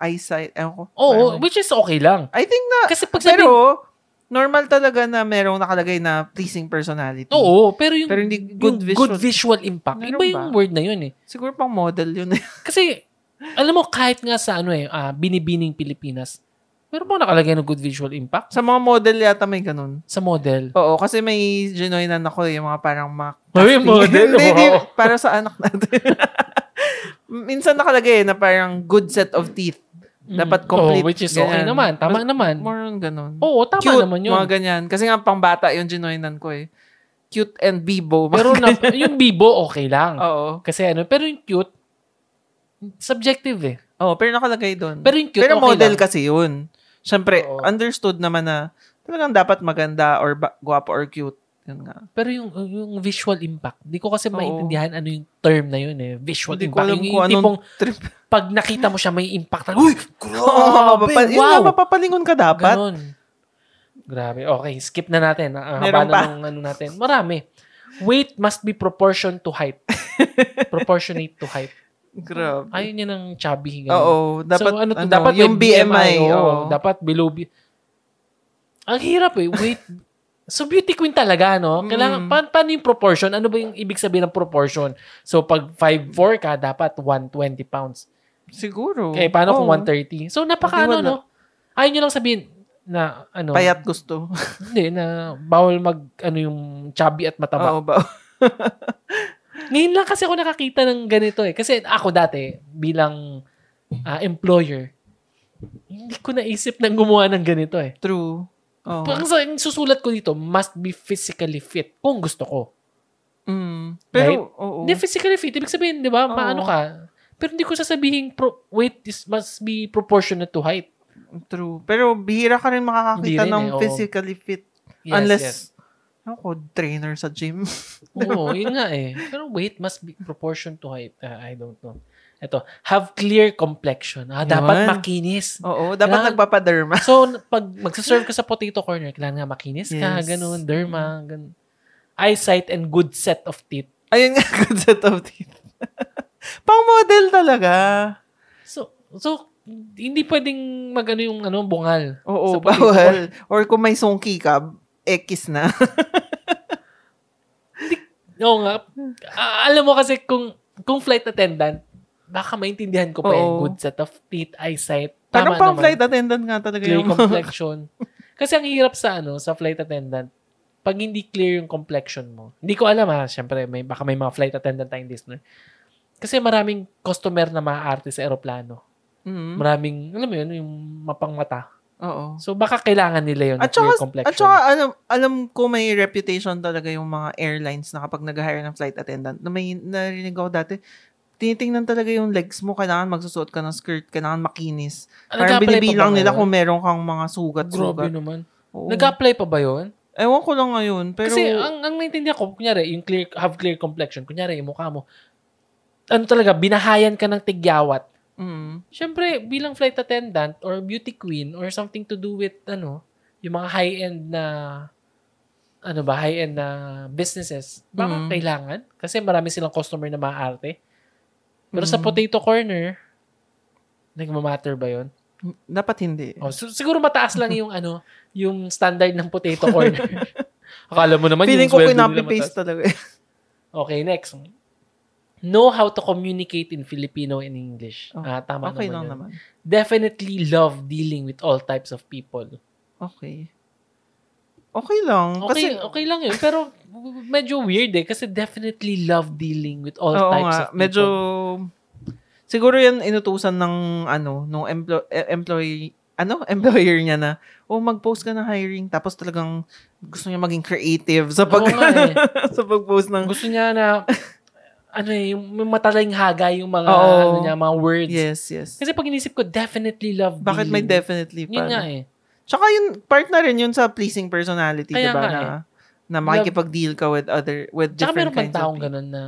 eyesight. Ewan ko. Oo, Parang- which is okay lang. I think na, Kasi pag sabi, pero, normal talaga na merong nakalagay na pleasing personality. oo, pero yung, Pero hindi yung good visual. impact, Meron iba yung ba? word na yun eh. Siguro pang model yun. eh. Kasi, alam mo, kahit nga sa ano eh, ah, binibining Pilipinas, meron bang nakalagay ng good visual impact Sa mga model yata may ganun. sa model? Oo, kasi may ginoinan ako eh, yung mga parang mga... Ay, model? Hindi, hindi, Wow. para sa anak natin. Minsan nakalagay eh, na parang good set of teeth. Dapat Mm, complete. oo, which is okay Ganyan. naman, tama Mas- naman. More on ganun. Oo, tama Cute, naman yun. mga ganyan. Kasi nga pang bata yung ginoinan ko eh. Cute and bibo. mga Pero na, ganyan. yung bibo, okay lang. Oo. Kasi ano, pero yung cute, subjective eh. Oo, pero nakalagay doon. Pero yung cute, Pero okay model lang. kasi yun. Siyempre, Oo. understood naman na talagang dapat maganda or ba- guwapo or cute. Yun nga. Pero yung yung visual impact, di ko kasi Oo. maintindihan ano yung term na yun eh. Visual Hindi ko impact. alam yung, kung yung anong tipong trip. pag nakita mo siya, may impact. Uy! Oo, Grabe! mapapa- yun wow! nga, mapapalingon ka dapat. Ganon. Grabe. Okay, skip na natin. Ang haba Meron na pa. nung ano natin. Marami. Weight must be proportion to height. Proportionate to height. Grabe. Ayaw niya ng chubby. ganun. Oo, dapat, so, ano, ano, to, dapat yung may BMI. oo. oo. dapat below B- Ang hirap eh. Wait. so, beauty queen talaga, no? Kailangan, Mm. pa- paano yung proportion? Ano ba yung ibig sabihin ng proportion? So, pag 5'4 ka, dapat 120 pounds. Siguro. Eh, paano kung Oo. 130? So, napaka ano, Hindi, wala. no? Ayaw nyo lang sabihin na, ano, Payat gusto. hindi, na bawal mag, ano yung chubby at mataba. Oo ba? Ngayon lang kasi ako nakakita ng ganito eh. Kasi ako dati, bilang ah, employer, hindi ko naisip na gumawa ng ganito eh. True. Oo. Ang sa- ang susulat ko dito, must be physically fit kung gusto ko. Mm. Right? Pero, oo. Hindi physically fit, ibig sabihin, di ba, Oo. maano ka. Pero hindi ko sasabihin pro- weight is, must be proportionate to height. True. Pero bihira ka rin Hindi makakakita rin ng eh, oo. physically fit. Yes, unless, yes. ako, trainer sa gym. Oo, yun nga eh. Pero weight must be proportion to height. Ah, I don't know. Ito, have clear complexion. Ah, dapat Yan. makinis. oo, dapat Kailangan- nagpapaderma. So, n- pag magsaserve ka sa potato corner, kailangan nga makinis ka, Yes. ganun, derma, ganun. Eyesight and good set of teeth. Ayun nga, good set of teeth. Pang model talaga. So, so hindi pwedeng magano yung ano, bungal. Sa Oo, potato bawal. Or kung may sungki ka, ekis na. Oo nga. A- alam mo kasi kung kung flight attendant, baka maintindihan ko pa Oo. yung good set of teeth, eyesight. Tama Parang pang naman. flight attendant nga talaga clear yung... complexion. Kasi ang hirap sa ano, sa flight attendant, pag hindi clear yung complexion mo. Hindi ko alam ha, syempre may baka may mga flight attendant tayong listener. Kasi maraming customer na maaarte sa eroplano. Mm. Maraming, alam mo yun, yung mapangmata. Oo. So baka kailangan nila yun na At saka, clear complexion. at saka alam, alam ko may reputation talaga yung mga airlines na kapag nag-hire ng flight attendant. Na may narinig ako dati, tinitingnan talaga yung legs mo. Kailangan magsusuot ka ng skirt. Kailangan makinis. Ah, Parang nag-apply pa binibilang ba nila ngayon? kung meron kang mga sugat-sugat. Grabe naman. Oo. Nag-apply pa ba yun? Ewan ko lang ngayon. Pero, Kasi ang, ang naintindihan ko, kunyari, yung clear, have clear complexion, kunyari, yung mukha mo, ano talaga, binahayan ka ng tigyawat. mm, Siyempre, bilang flight attendant or beauty queen or something to do with, ano, yung mga high-end na, ano ba, high-end na businesses, baka Mm. kailangan. Kasi marami silang customer na maaarte. Pero sa Mm. potato corner, nagmamatter ba yun? dapat hindi. Oh, su- siguro mataas lang yung, ano, yung standard ng potato corner. Akala mo naman yung Feeling ko sweldo nila mataas. pinapipis talaga. Okay, next. Know how to communicate in Filipino and English. Oh, Ah, tama okay lang naman yun naman. definitely love dealing with all types of people. Okay. Okay lang. Okay, Kasi, okay lang yun. Pero medyo weird eh. Kasi definitely love dealing with all oo types nga, of people. medyo, siguro yan inutusan ng, ano, nung emplo- eh, employee, ano, employer niya na, oh, mag-post ka ng hiring, tapos talagang gusto niya maging creative sa pag, Oo nga eh. sa pag-post ng, Gusto niya na, ano eh, yung may matalainghaga yung mga, Oo. ano niya, mga words. yes, yes. Kasi pag inisip ko, definitely love Bakit may dealing. definitely Yun nga pa? eh. Tsaka yun, part na rin yun sa pleasing personality, Kaya diba? nga Na, eh. na makikipag-deal ka with other, with Tsaka different meron bang kinds of taong people. ganun na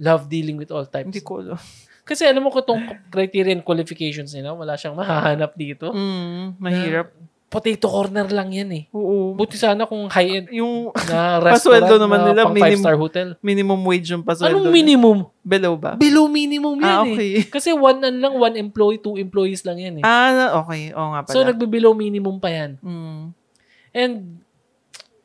love dealing with all types. Hindi ko alam. Kasi alam mo ko itong criteria and qualifications nila, wala siyang mahahanap dito. Mm, mahirap. Potato corner lang yan eh. Oo. Buti sana kung high-end Yung na restaurant Pasweldo naman na nila, pang minim- five-star hotel. minimum wage yung pasweldo. Anong niya. minimum? Below ba? Below minimum yan Ah, eh. okay. Kasi one ano lang, one employee, two employees lang yan eh. Ah, okay. Oo nga pala. so, nagbe-below minimum pa yan. Mm. And,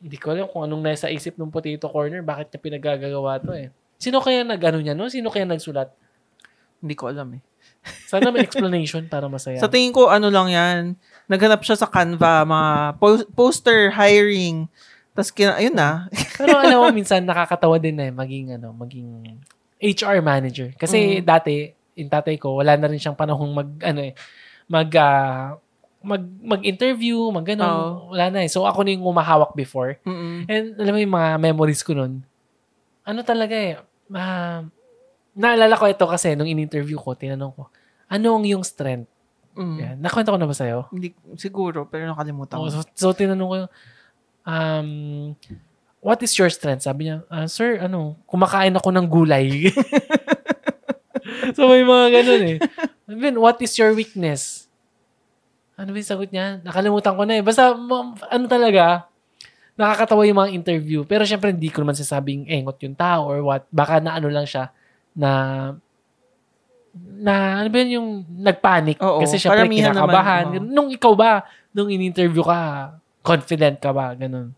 hindi ko alam kung anong nasa isip ng potato corner, bakit niya pinagagagawa to eh. Sino kaya nag-ano niya, no? Sino kaya nagsulat? Hindi ko alam eh. Sana may explanation para masaya. Sa tingin ko, ano lang yan, naghanap siya sa Canva, mga po- poster, hiring, tapos, kina- ayun na. Pero alam mo, minsan nakakatawa din na eh, maging, ano, maging HR manager. Kasi Mm. dati, yung tatay ko, wala na rin siyang panahong mag, ano eh, mag, ah, mag, mag-interview, mag ganun. Oo. Wala na eh. So, ako na yung umahawak before. Mm-mm. And alam mo yung mga memories ko nun, ano talaga eh, ah, naalala ko ito kasi nung in-interview ko, tinanong ko, ano ang iyong strength? Mm. Yan. Nakwento ko na ba sa'yo? Hindi, siguro, pero nakalimutan ko. Oo, so, so, tinanong ko yung, um, what is your strength? Sabi niya, "Ah, sir, ano, kumakain ako ng gulay. so may mga ganun eh. Then, what is your weakness? Ano ba yung sagot niya? Nakalimutan ko na eh. Basta, ma- ano talaga, nakakatawa yung mga interview. Pero syempre, hindi ko naman sasabing engot yung tao or what. Baka na ano lang siya na na ano ba yun yung nagpanic Oo, kasi syempre karamihan naman, kinakabahan. oo. Nung ikaw ba, nung in-interview ka, confident ka ba? Ganun.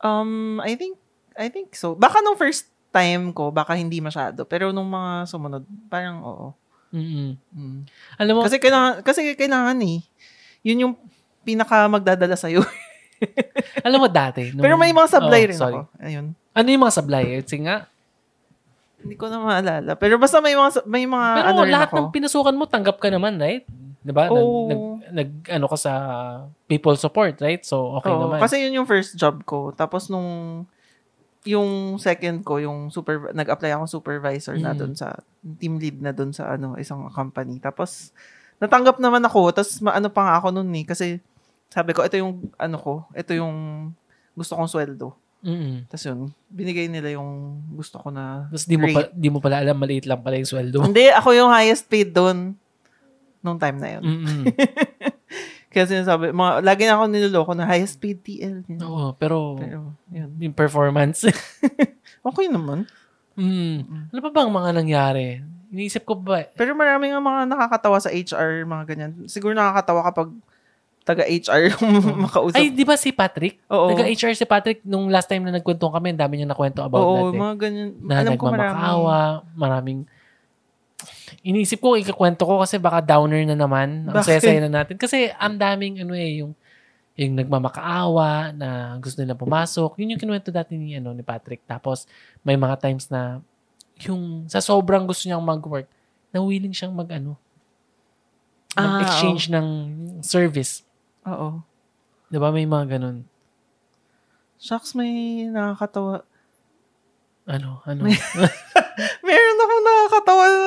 Um, I think, I think so. Baka nung first time ko, baka hindi masyado. Pero nung mga sumunod, parang oo. mm Mm. Alam mo, Kasi kailangan, kasi kailangan eh. Yun yung pinaka magdadala sa'yo. alam mo dati. nung- Pero may mga sablay Oh, rin sorry. ako. Ayun. Ano yung mga sablay? Kasi nga. Hindi ko na maalala. Pero basta may mga, may mga Pero ano rin lahat ako. ng pinasukan mo, tanggap ka naman, right? Diba? Nag, Oo. nag, nag, ano ka sa people support, right? So, okay Oo, naman. Kasi yun yung first job ko. Tapos nung yung second ko, yung super nag-apply akong supervisor Mm. na doon sa team lead na doon sa ano isang company. Tapos natanggap naman ako, tapos maano pa nga ako noon eh kasi sabi ko ito yung ano ko, ito yung gusto kong sweldo. Mm-mm. Tapos yun, binigay nila yung gusto ko na Tapos di mo, Great. pa, di mo pala alam, maliit lang pala yung sweldo. mo. Hindi, ako yung highest paid doon nung time na yun. Mm-mm. Kaya sinasabi, mga, lagi na ako niloloko na highest paid TL. Yun. Oo, pero Pero, yun. yung performance. Okay naman. Mm. mm. Ano pa bang mga nangyari? Iniisip ko ba, Pero marami nga mga nakakatawa sa HR, mga ganyan. Siguro nakakatawa kapag taga-HR yung makausap. ay, di ba si Patrick? oo. Taga-HR si Patrick, nung last time na nagkwentuhan kami, ang dami niya nakwento about oo, that. eh. mga ganyan. na Alam ko marami. nagmamakaawa, maraming iniisip ko, ikakwento ko kasi baka downer na naman. Ang Bakit? saya-saya na natin. Kasi ang daming ano eh, yung, yung nagmamakaawa na gusto nila pumasok. Yun yung kinuwento dati ni, ano, ni Patrick. Tapos may mga times na yung sa sobrang gusto niyang mag-work, na willing siyang mag ano, Ah, mag-exchange ng service. Oo. Diba? May mga ganun. Shucks, may nakakatawa. Ano? Ano? Meron akong nakakatawa na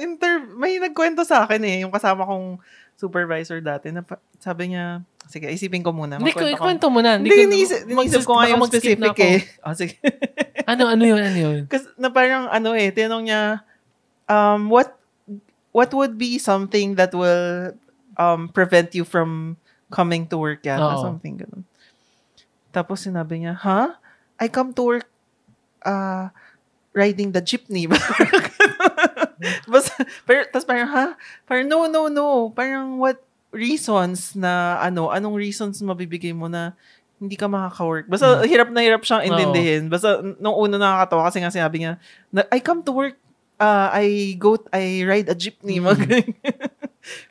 inter- May nagkwento sa akin eh, yung kasama kong supervisor dati. Na pa- sabi niya, sige, isipin ko muna. Hindi ko, magkwento ka. ikwento mo na. Hindi, iniisip, iniisip ko nga baka yung mag-skip na specific ako. eh. Oh, sige. Ano, ano yun, ano yun? Kasi na parang ano eh, tinanong niya, um, what what would be something that will um, prevent you from coming to work yata? Oo. Something ganun. Tapos sinabi niya, huh? I come to work uh, riding the jeepney. Basta, pero, tapos parang, ha? Parang, no, no, no. Parang, what reasons na, ano, anong reasons mabibigay mo na hindi ka Hmm. makaka-work? Basta, hirap na hirap siyang intindihin. Basta, n- nung una nakakatawa kasi nga sinabi niya, na, I come to work, ah, I go, I ride a jeepney. Mm. Mag-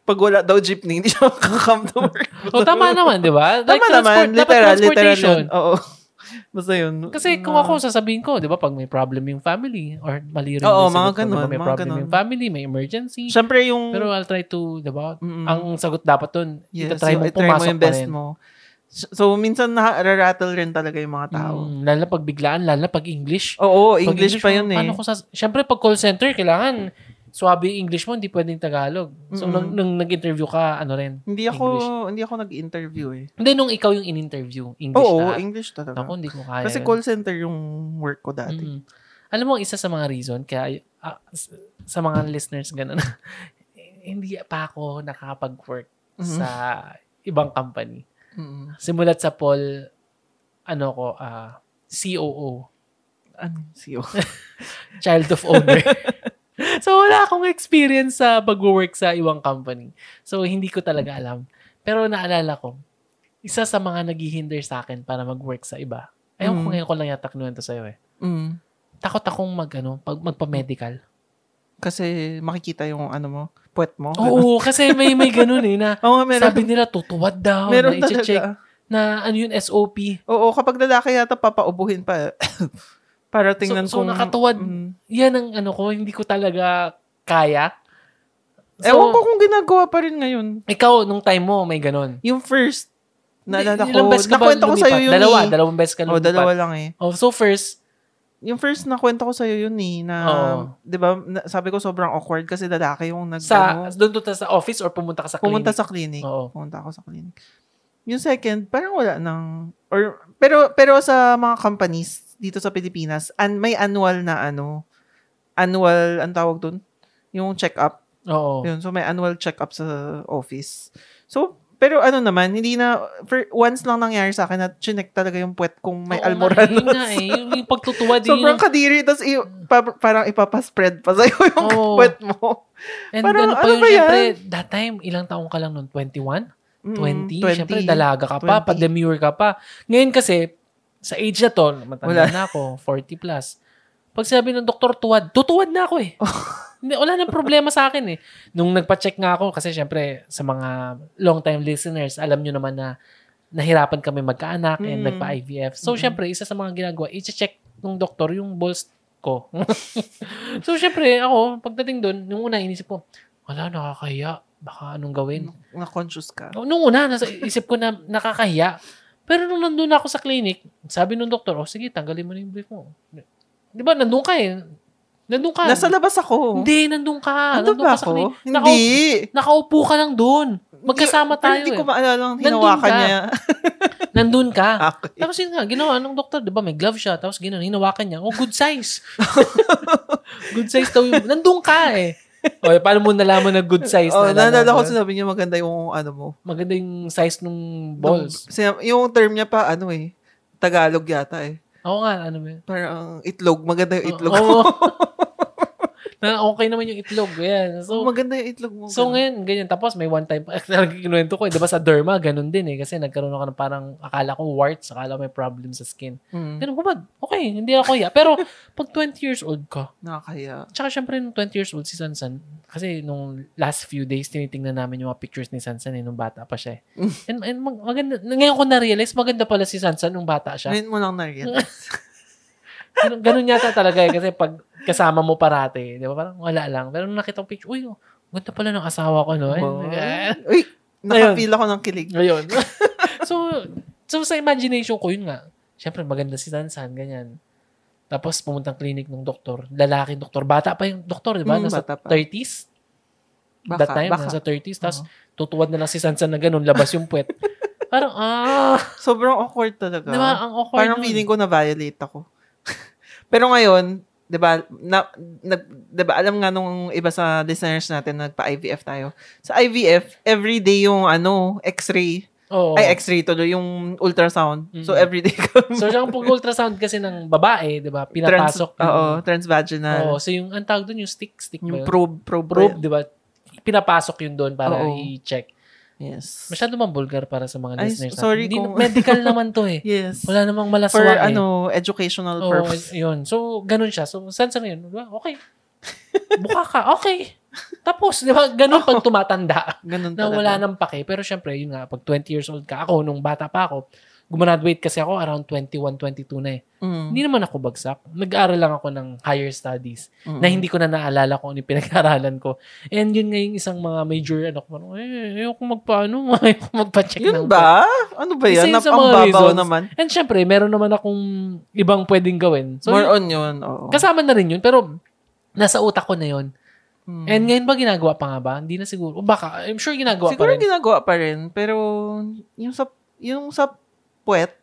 Pag wala daw jeepney, hindi siya makaka-come to work. O Oh, tama naman, di ba? Tama naman. transport- dapat Literal, literal transportation. yun. Mm. Oo. Basta yun. Kasi kung Na- ako, sasabihin ko, di ba, pag may problem yung family, or mali rin Oo, yung sagot ko, di mga ba, ganun, may mga problem ganun. yung family, may emergency. Siyempre yung... Pero I'll try to, di ba, Mm-mm. ang sagot dapat dun, Yes, itatry yung mo i-try pumasok yung pa best rin. mo. S- So, minsan nararattle rin talaga yung mga tao. Mm, lalo na pag biglaan, lalo na pag English. Oo, Pag English pa mo, yun eh. Paano ko sa, syempre, pag call center, kailangan swabe yung English mo, hindi pwedeng Tagalog. So, Mm-mm. nung, nung nag-interview ka, ano rin. Hindi ako, English. hindi ako nag-interview eh. Hindi, nung ikaw yung in-interview, English Oo, lahat. English talaga. Ako, hindi ko kaya. Kasi yun. call center yung work ko Mm. dati. Alam mo, isa sa mga reason, kaya ah, s- sa mga listeners, ganun, hindi pa ako nakakapag-work Mhm. sa ibang company. Mm. Simulat sa Paul, ano ko, ah, COO, Ano, CEO. Child of Owner. so, wala akong experience sa pag-work sa ibang company. So, hindi ko talaga alam. Pero naalala ko, isa sa mga naghihinder sa akin para mag-work sa iba. Ayaw ko Mhm. ngayon ko lang yata kinuwento sa'yo eh. Mm. Takot akong mag, ano, pag, magpa-medical. Kasi makikita yung ano mo, puwet mo. Oo, kasi may may ganun eh na Ganun. Oo, meron. sabi nila tutuwad daw na meron talaga. i-check na ano yun SOP. Oo, kapag lalaki yata, papaubuhin pa. Para tingnan So- so kung... nakatuwad. Mm. Yan ang ano ko, hindi ko talaga kaya. So, Ewan ko kung ginagawa pa rin ngayon. ikaw nung time mo may ganun. Yung first, naalala Ilang ko, beses ka ba nakwento ko sa'yo lumipat? yun Dalawa, eh. dalawang beses ka lumipat. Oh, dalawa lang eh. Oh, so first, Yung first na kwento ko sa'yo yun eh, na, Oo. di ba, na- sabi ko sobrang awkward kasi lalaki yung nag, sa ano, doon to sa office or pumunta ka sa clinic? pumunta sa clinic. Oo. Pumunta ako sa clinic. Yung second, parang wala nang, or Pero pero sa mga companies dito sa Pilipinas, an may annual na ano, annual ang tawag doon, yung check-up. Oo. Yun, so may annual check-up sa office. So pero ano naman, hindi na for once lang nangyari sa akin na chinek talaga yung puwet kung may Oo nga, almoranas. Yun nga eh. Yung, yung pagtutuwad yun. Sobrang kadiri, tapos i- pa- parang ipapaspread pa sa'yo yung Oo. puwet mo. And ano parang pa ano yun, ba yan? syempre, that time, ilang taong ka lang nun? 21? 20? Mm, Syempre, dalaga ka pa, 20. pa-demure ka pa. Ngayon kasi, sa age na to, matanda Wala. na ako, 40 plus. Pag sabi ng doktor tuwad, tutuwad na ako eh. Oh. Hindi, wala nang problema sa akin eh. Nung nagpa-check nga ako, kasi syempre, sa mga long-time listeners, alam nyo naman na nahirapan kami magkaanak and Mm. nagpa-IVF. So, syempre, isa sa mga ginagawa, i-check ng doktor yung balls ko. so, syempre, ako, pagdating doon, nung una, inisip ko, wala, nakakahiya. Baka anong gawin? Na-conscious ka. Oh, Nung una, nasa isip ko na nakakahiya. Pero nung nandun ako sa clinic, sabi nung doktor, oh sige, tanggalin mo na yung brief mo. Di ba, nandun ka eh. Nandun ka. Nasa labas ako. Hindi, nandun ka. Nandun Nandun, ba ka sa clinic. ako? Nakaupo- Hindi. Nakaupo ka lang dun. Magkasama Pero tayo Hindi ko eh. maalala ang Nandun hinawakan ka. niya. Ah, Nandun ka. Okay. Tapos yun nga, ginawa nung doktor, di ba, may glove siya. Tapos ginawa, hinawakan niya. Oh, good size. good size daw yung... Nandun ka eh. O, eh, paano mo nalaman na good size? Oh, Nalaman naalala ko mo? sinabi niya maganda yung ano mo. Maganda yung size nung balls. Nung- Sinab- yung term niya pa, ano eh, Tagalog yata eh. Ako nga, ano ba yun? Parang itlog. Maganda yung itlog Oo. mo. na okay naman yung itlog. Ayan. So, maganda yung itlog mo. so ngayon, ganyan. Tapos may one time, talaga kinuwento ko, eh, di ba sa derma, ganun din eh. Kasi nagkaroon ako ng parang, akala ko warts, akala ko may problem sa skin. Mm, Ganun ko ba? Okay, hindi ako hiya. Pero pag 20 years old ka, nakakaya. tsaka syempre nung 20 years old si Sansan, kasi nung last few days, tinitingnan namin yung mga pictures ni Sansan eh, nung bata pa siya eh. And, and mag- maganda, ngayon ko na-realize, maganda pala si Sansan nung bata siya. Ngayon mo lang na-realize. Ganun, ganun yata talaga eh. Kasi pag kasama mo parati, di ba? Parang wala lang. Pero nung nakita ko picture, uy, oh, ganda pala ng asawa ko, no? Oh. Eh, Uy, nakapil ako ng kilig. Ngayon. so, so sa imagination ko, yun nga. Siyempre, maganda si Sansan, ganyan. Tapos pumuntang clinic ng doktor. Lalaking doktor. Bata pa yung doktor, di ba? Diba? Mm, Nasa bata pa. 30s. Baka, that time, baka. Uh-huh. nasa 30s. Tapos tutuwad na lang si Sansan na ganun, labas yung puwet. Parang, ah, Sobrang awkward talaga. di ba? Ang Diba? awkward. Uh-huh. Parang feeling ko na-violate ako. Pero ngayon, 'di ba, na, nag- 'di ba alam nga nung iba sa listeners natin nagpa-IVF tayo. Sa IVF, every day yung ano, X-ray. Oo. Ay, X-ray tuloy yung ultrasound. So Mm. every day ka so, siyang pag-ultrasound kasi ng babae, di ba? trans, Pinapasok. yung- oo, transvaginal. Oo, so yung ang tawag doon yung stick, stick yung yung probe, probe, probe, ba di ba? Pinapasok yun doon para Oo. i-check. yun? Yes. Masyado mang vulgar para sa mga Ay, listeners. sorry natin. Hindi, kung- medical naman to eh. Yes. Wala namang For malaswa eh. ano, educational Oo, purpose. yun. So, ganun siya. So, saan sa yun? Diba? Okay. Buka ka. Okay. Tapos, di ba? Ganun pag tumatanda. Ganun Na talaga. wala nang pake. Pero syempre, yun nga, pag 20 years old ka, ako, nung bata pa ako, gumraduate kasi ako around 21, 22 na eh. Mm, Hindi naman ako bagsak. Nag-aaral lang ako ng higher studies mm. na hindi ko na naalala kung ano yung pinag-aralan ko. And yun nga yung isang mga major, ano, ko, parang, eh, ayoko magpaano, ayoko magpa-check Yun ng- ba? Ano ba Isa yan? yun Nap- sa ang mga babaw reasons. naman. And syempre, meron naman akong ibang pwedeng gawin. So, More yun, on yun, oo. kasama na rin yun, pero nasa utak ko na yun. Mm. And ngayon ba ginagawa pa nga ba? Hindi na siguro. O baka, I'm sure ginagawa pa Siguro rin. ginagawa pa rin, pero yung sa yung sa puwet,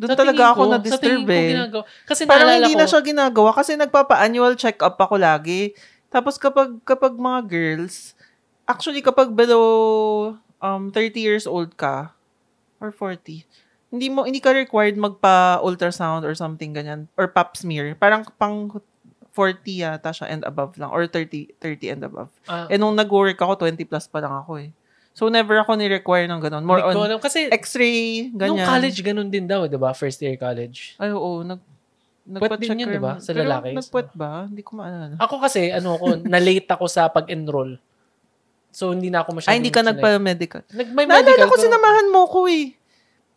doon Sa talaga tingin ako ko- na Sa tingin disturb ko eh. ginagawa. Kasi Parang naalala hindi ko, na siya ginagawa kasi nagpapa-annual check-up ako lagi. Tapos kapag kapag mga girls, actually kapag below um 30 years old ka or 40, hindi mo hindi ka required magpa-ultrasound or something ganyan or pap smear. Parang pang 40 yata siya and above lang or 30 30 and above. ah, Eh, nung nag-work ako, 20 plus pa lang ako eh. So, never ako ni-require ng ganun. More hindi ko on alam. Kasi, x-ray, ganyan. nung college, ganun din daw, di ba? First year college. Ay, oo. Nag, din yun, nagpa-check di ba? rin. Sa Pero lalaki. Nagpuwet ba? Hindi ko maalala. Ako kasi, ano ako, na-late ako sa pag-enroll. So, hindi na ako masyadong... Ay, hindi ka sinay- nagpa-medical. Nag, may Naalala medical ko, pero- sinamahan mo ko eh.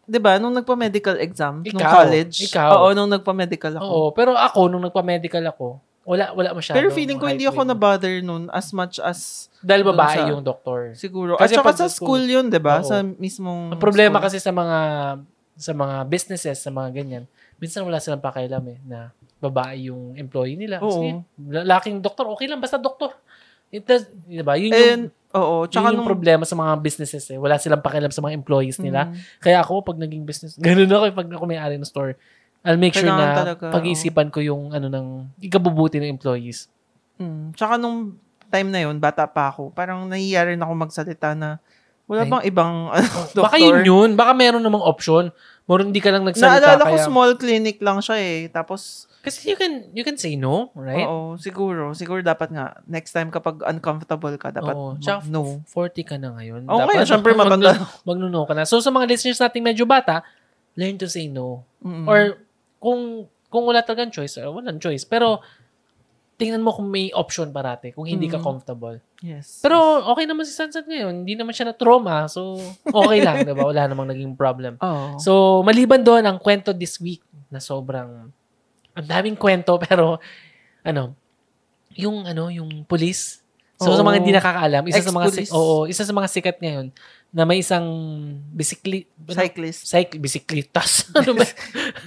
'Di ba Nung nagpa-medical exam, nung Ikaw. college. Ikaw. Oo, nung nagpa-medical ako. Oo, pero ako, nung nagpa-medical ako, wala, wala masyado. Pero feeling ko hindi ako na-bother nun as much as Dahil babae dun sa- yung doktor. siguro. Kasi At saka pag sa sa school- school yun, di ba? Oo. Sa mismong Ang problema school. kasi sa mga sa mga businesses, sa mga ganyan, minsan wala silang pakialam eh, na babae yung employee nila. Oo. Kasi laking doktor, okay lang, basta doktor. It does, di ba? Yun yung, And, Oo. Tsaka Yun yung nung, problema sa mga businesses eh. Wala silang pakialam sa mga employees nila. Kaya ako, pag naging business, ganun ako eh, pag ako may ari ng store. I'll make sure Kailangan na talaga, pag-iisipan ko yung ano ng ikabubuti ng employees. Mm. Tsaka nung time na yun, bata pa ako, parang nahiya rin ako magsalita na wala Ay. bang ibang ano, doktor? Baka yun yun. Baka meron namang option. More hindi ka lang nagsalita. Naalala ko kaya, small clinic lang siya eh. Tapos, Kasi you can, you can say no, right? oo, siguro. Siguro dapat nga, next time kapag uncomfortable ka, dapat Oo. mag- Tsaka no. 40 ka na ngayon. Oo, ngayon, syempre, matanda. Magnuno ka na. So, sa mga listeners nating medyo bata, learn to say no. Mm. Or, kung kung wala talagang choice, uh, walang choice. Pero, tingnan mo kung may option parate, kung hindi ka Mm. comfortable. yes. Pero, okay naman si Sunset ngayon. Hindi naman siya na-trauma. So, okay lang, di ba? Wala namang naging problem. Oo. So, maliban doon, ang kwento this week na sobrang, ang daming kwento, pero, ano, yung, ano, yung police. So, sa Oo. mga hindi nakakaalam, isa sa mga, si- Ex-police. oo, isa sa mga sikat ngayon, na may isang bisikli, ano, cyclist. cyc- bisiklitas, ano ba?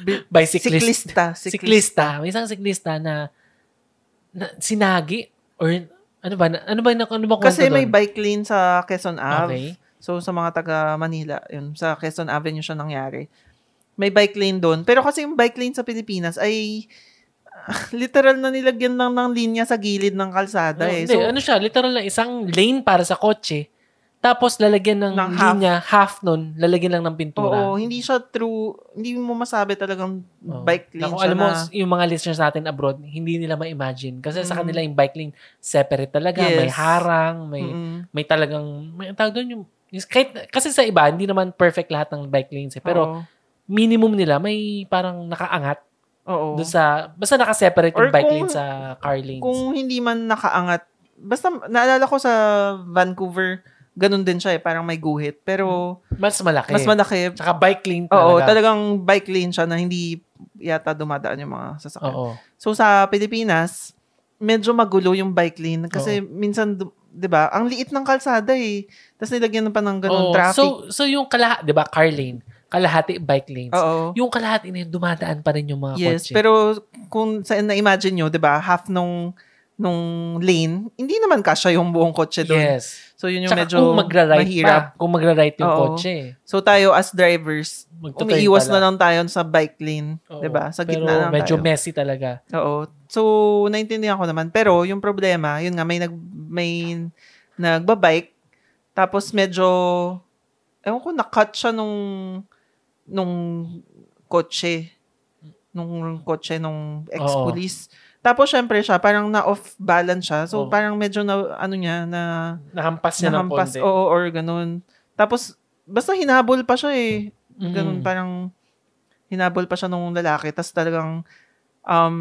Bicyclist. Siklista. Siklista. Siklista. May isang siklista na, na sinagi, or, ano ba, na- ano ba, na- ano ba kwento Kasi may doon? bike lane sa Quezon Okay. Ave. So, sa mga taga Manila, yun, sa Quezon Avenue siya nangyari. May bike lane doon. Pero kasi yung bike lane sa Pilipinas ay ah, literal na nilagyan lang ng linya sa gilid ng kalsada Oh, eh. hindi, So, ano siya, literal na isang lane para sa kotse. Tapos lalagyan ng, Ng half. linya, half nun, lalagyan lang ng pintura. oo, hindi siya true, hindi mo masabi talagang Oo. bike lane Naku, siya alam mo, na. yung mga listeners natin abroad, hindi nila ma-imagine. Kasi sa Mm. kanila yung bike lane, separate talaga. May Yes. Mm. harang, may Mm-mm. may talagang, may ang tawag doon yung, yung- kahit, kasi sa iba, hindi naman perfect lahat ng bike lanes. Eh. Pero Oo. minimum nila, may parang nakaangat Oo. doon sa, basta nakaseparate Or yung bike kung- lane sa car lanes. kung hindi man nakaangat, basta naalala ko sa Vancouver, ganun din siya eh, parang may guhit. Pero, mas Hmm. malaki. mas malaki. Tsaka bike lane Oo, talaga. talagang bike lane siya na hindi yata dumadaan yung mga sasakyan. Oo. So sa Pilipinas, medyo magulo yung bike lane kasi minsan, du- 'di ba? Ang liit ng kalsada eh. Tapos nilagyan pa ng ganung Oo. traffic. So, so yung kalahati, di ba, car lane, kalahati bike lanes. Oo. Yung kalahati na yun, dumadaan pa rin yung mga Yes, kotse. pero kung sa na-imagine nyo, 'di ba, half nung nung lane, hindi naman kasya yung buong kotse doon. Yes. So yun yung Tsaka medyo kung magra-right mahirap. pa, kung magra-right yung Oo. kotse, So tayo as drivers, magtuturn umiiwas pala. na lang tayo sa bike lane, Oo. 'di ba? Sa Pero gitna lang medyo tayo. messy talaga. Oo. So, naintindihan ko naman. Pero, yung problema, yun nga, may, nag, may nagbabike, tapos medyo, ewan ko, nakat siya nung, nung kotse. Nung kotse, nung ex-police. Tapos, syempre siya, parang na-off balance siya. So, Oo. parang medyo na, ano niya, na, Nahampas niya ng nahampas, konti. oo, or ganun. Tapos, basta hinabol pa siya eh. Mm. Ganun, parang, hinabol pa siya nung lalaki. Tapos talagang, um,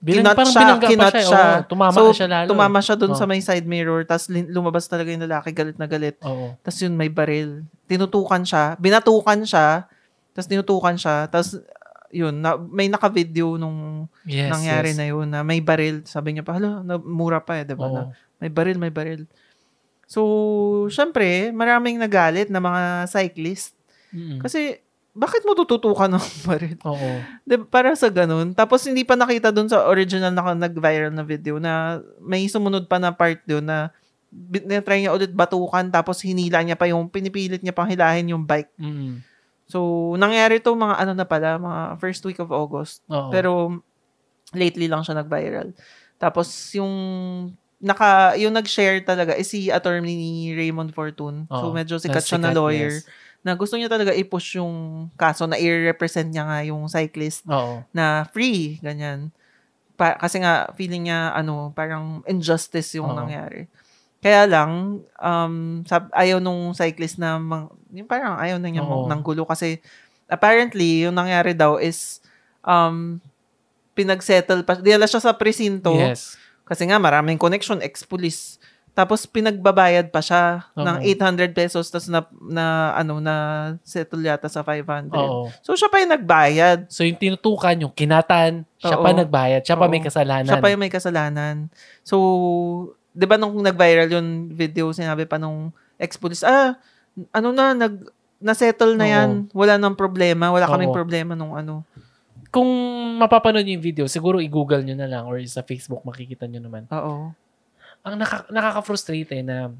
Bilang- kinot parang siya, binangga pa kinot siya. siya. Oo, tumama So, na siya lalo. tumama siya dun Oh. sa may side mirror, tapos lumabas talaga yung lalaki, galit na galit. Oo. Tapos yun, may baril. Tinutukan siya, binatukan siya, tapos tinutukan siya, tapos yun, na, may naka-video nung Yes, nangyari yes. na yun, na may baril. Sabi niya pa, hala, na, mura pa eh, diba? Oo. Na, may baril, may baril. So, syempre, maraming nagalit na mga cyclist. Hmm. Mm-mm. Kasi, bakit mo tututukan ng baril? Oo. De, para sa ganun. Tapos hindi pa nakita dun sa original na nag-viral na video na may sumunod pa na part dun na bi- na-try niya ulit batukan tapos hinila niya pa yung pinipilit niya pang hilahin yung bike. Mm-mm. So, nangyari to mga ano na pala, mga first week of August. Oo. Pero lately lang siya nag-viral. Tapos yung naka yung nag-share talaga is si attorney ni Raymond Fortun. So Oo. medyo sikat siya na Oh, Sikat, lawyer yes. na gusto niya talaga i-push yung kaso na i-represent niya nga yung cyclist Oo. na free, ganyan. Pa- kasi nga, feeling niya, ano, parang injustice yung Oo. nangyari. Kaya lang, um, sab- ayaw nung cyclist na, mang- yung parang ayaw na niya Oo. mang- ng gulo kasi apparently, yung nangyari daw is, um, pinagsettle pa, dinala siya sa presinto Yes. kasi nga maraming connection, ex-police. Tapos pinagbabayad pa siya Oo. ng 800 pesos tapos na, na ano na settle yata sa 500. Oo. So siya pa yung nagbayad. So yung tinutukan, yung kinatan, siya Oo. pa nagbayad, siya pa Oo. may kasalanan. Siya pa yung may kasalanan. So, di ba nung nag-viral yung video, sinabi pa nung ex-police, ah, ano na, nag, na-settle na Oo. yan. Wala nang problema. Wala kaming Oo. problema nung ano. kung mapapanood niyo yung video, siguro i-google nyo na lang or sa Facebook makikita nyo naman. Oo. Ang naka, nakaka-frustrate eh na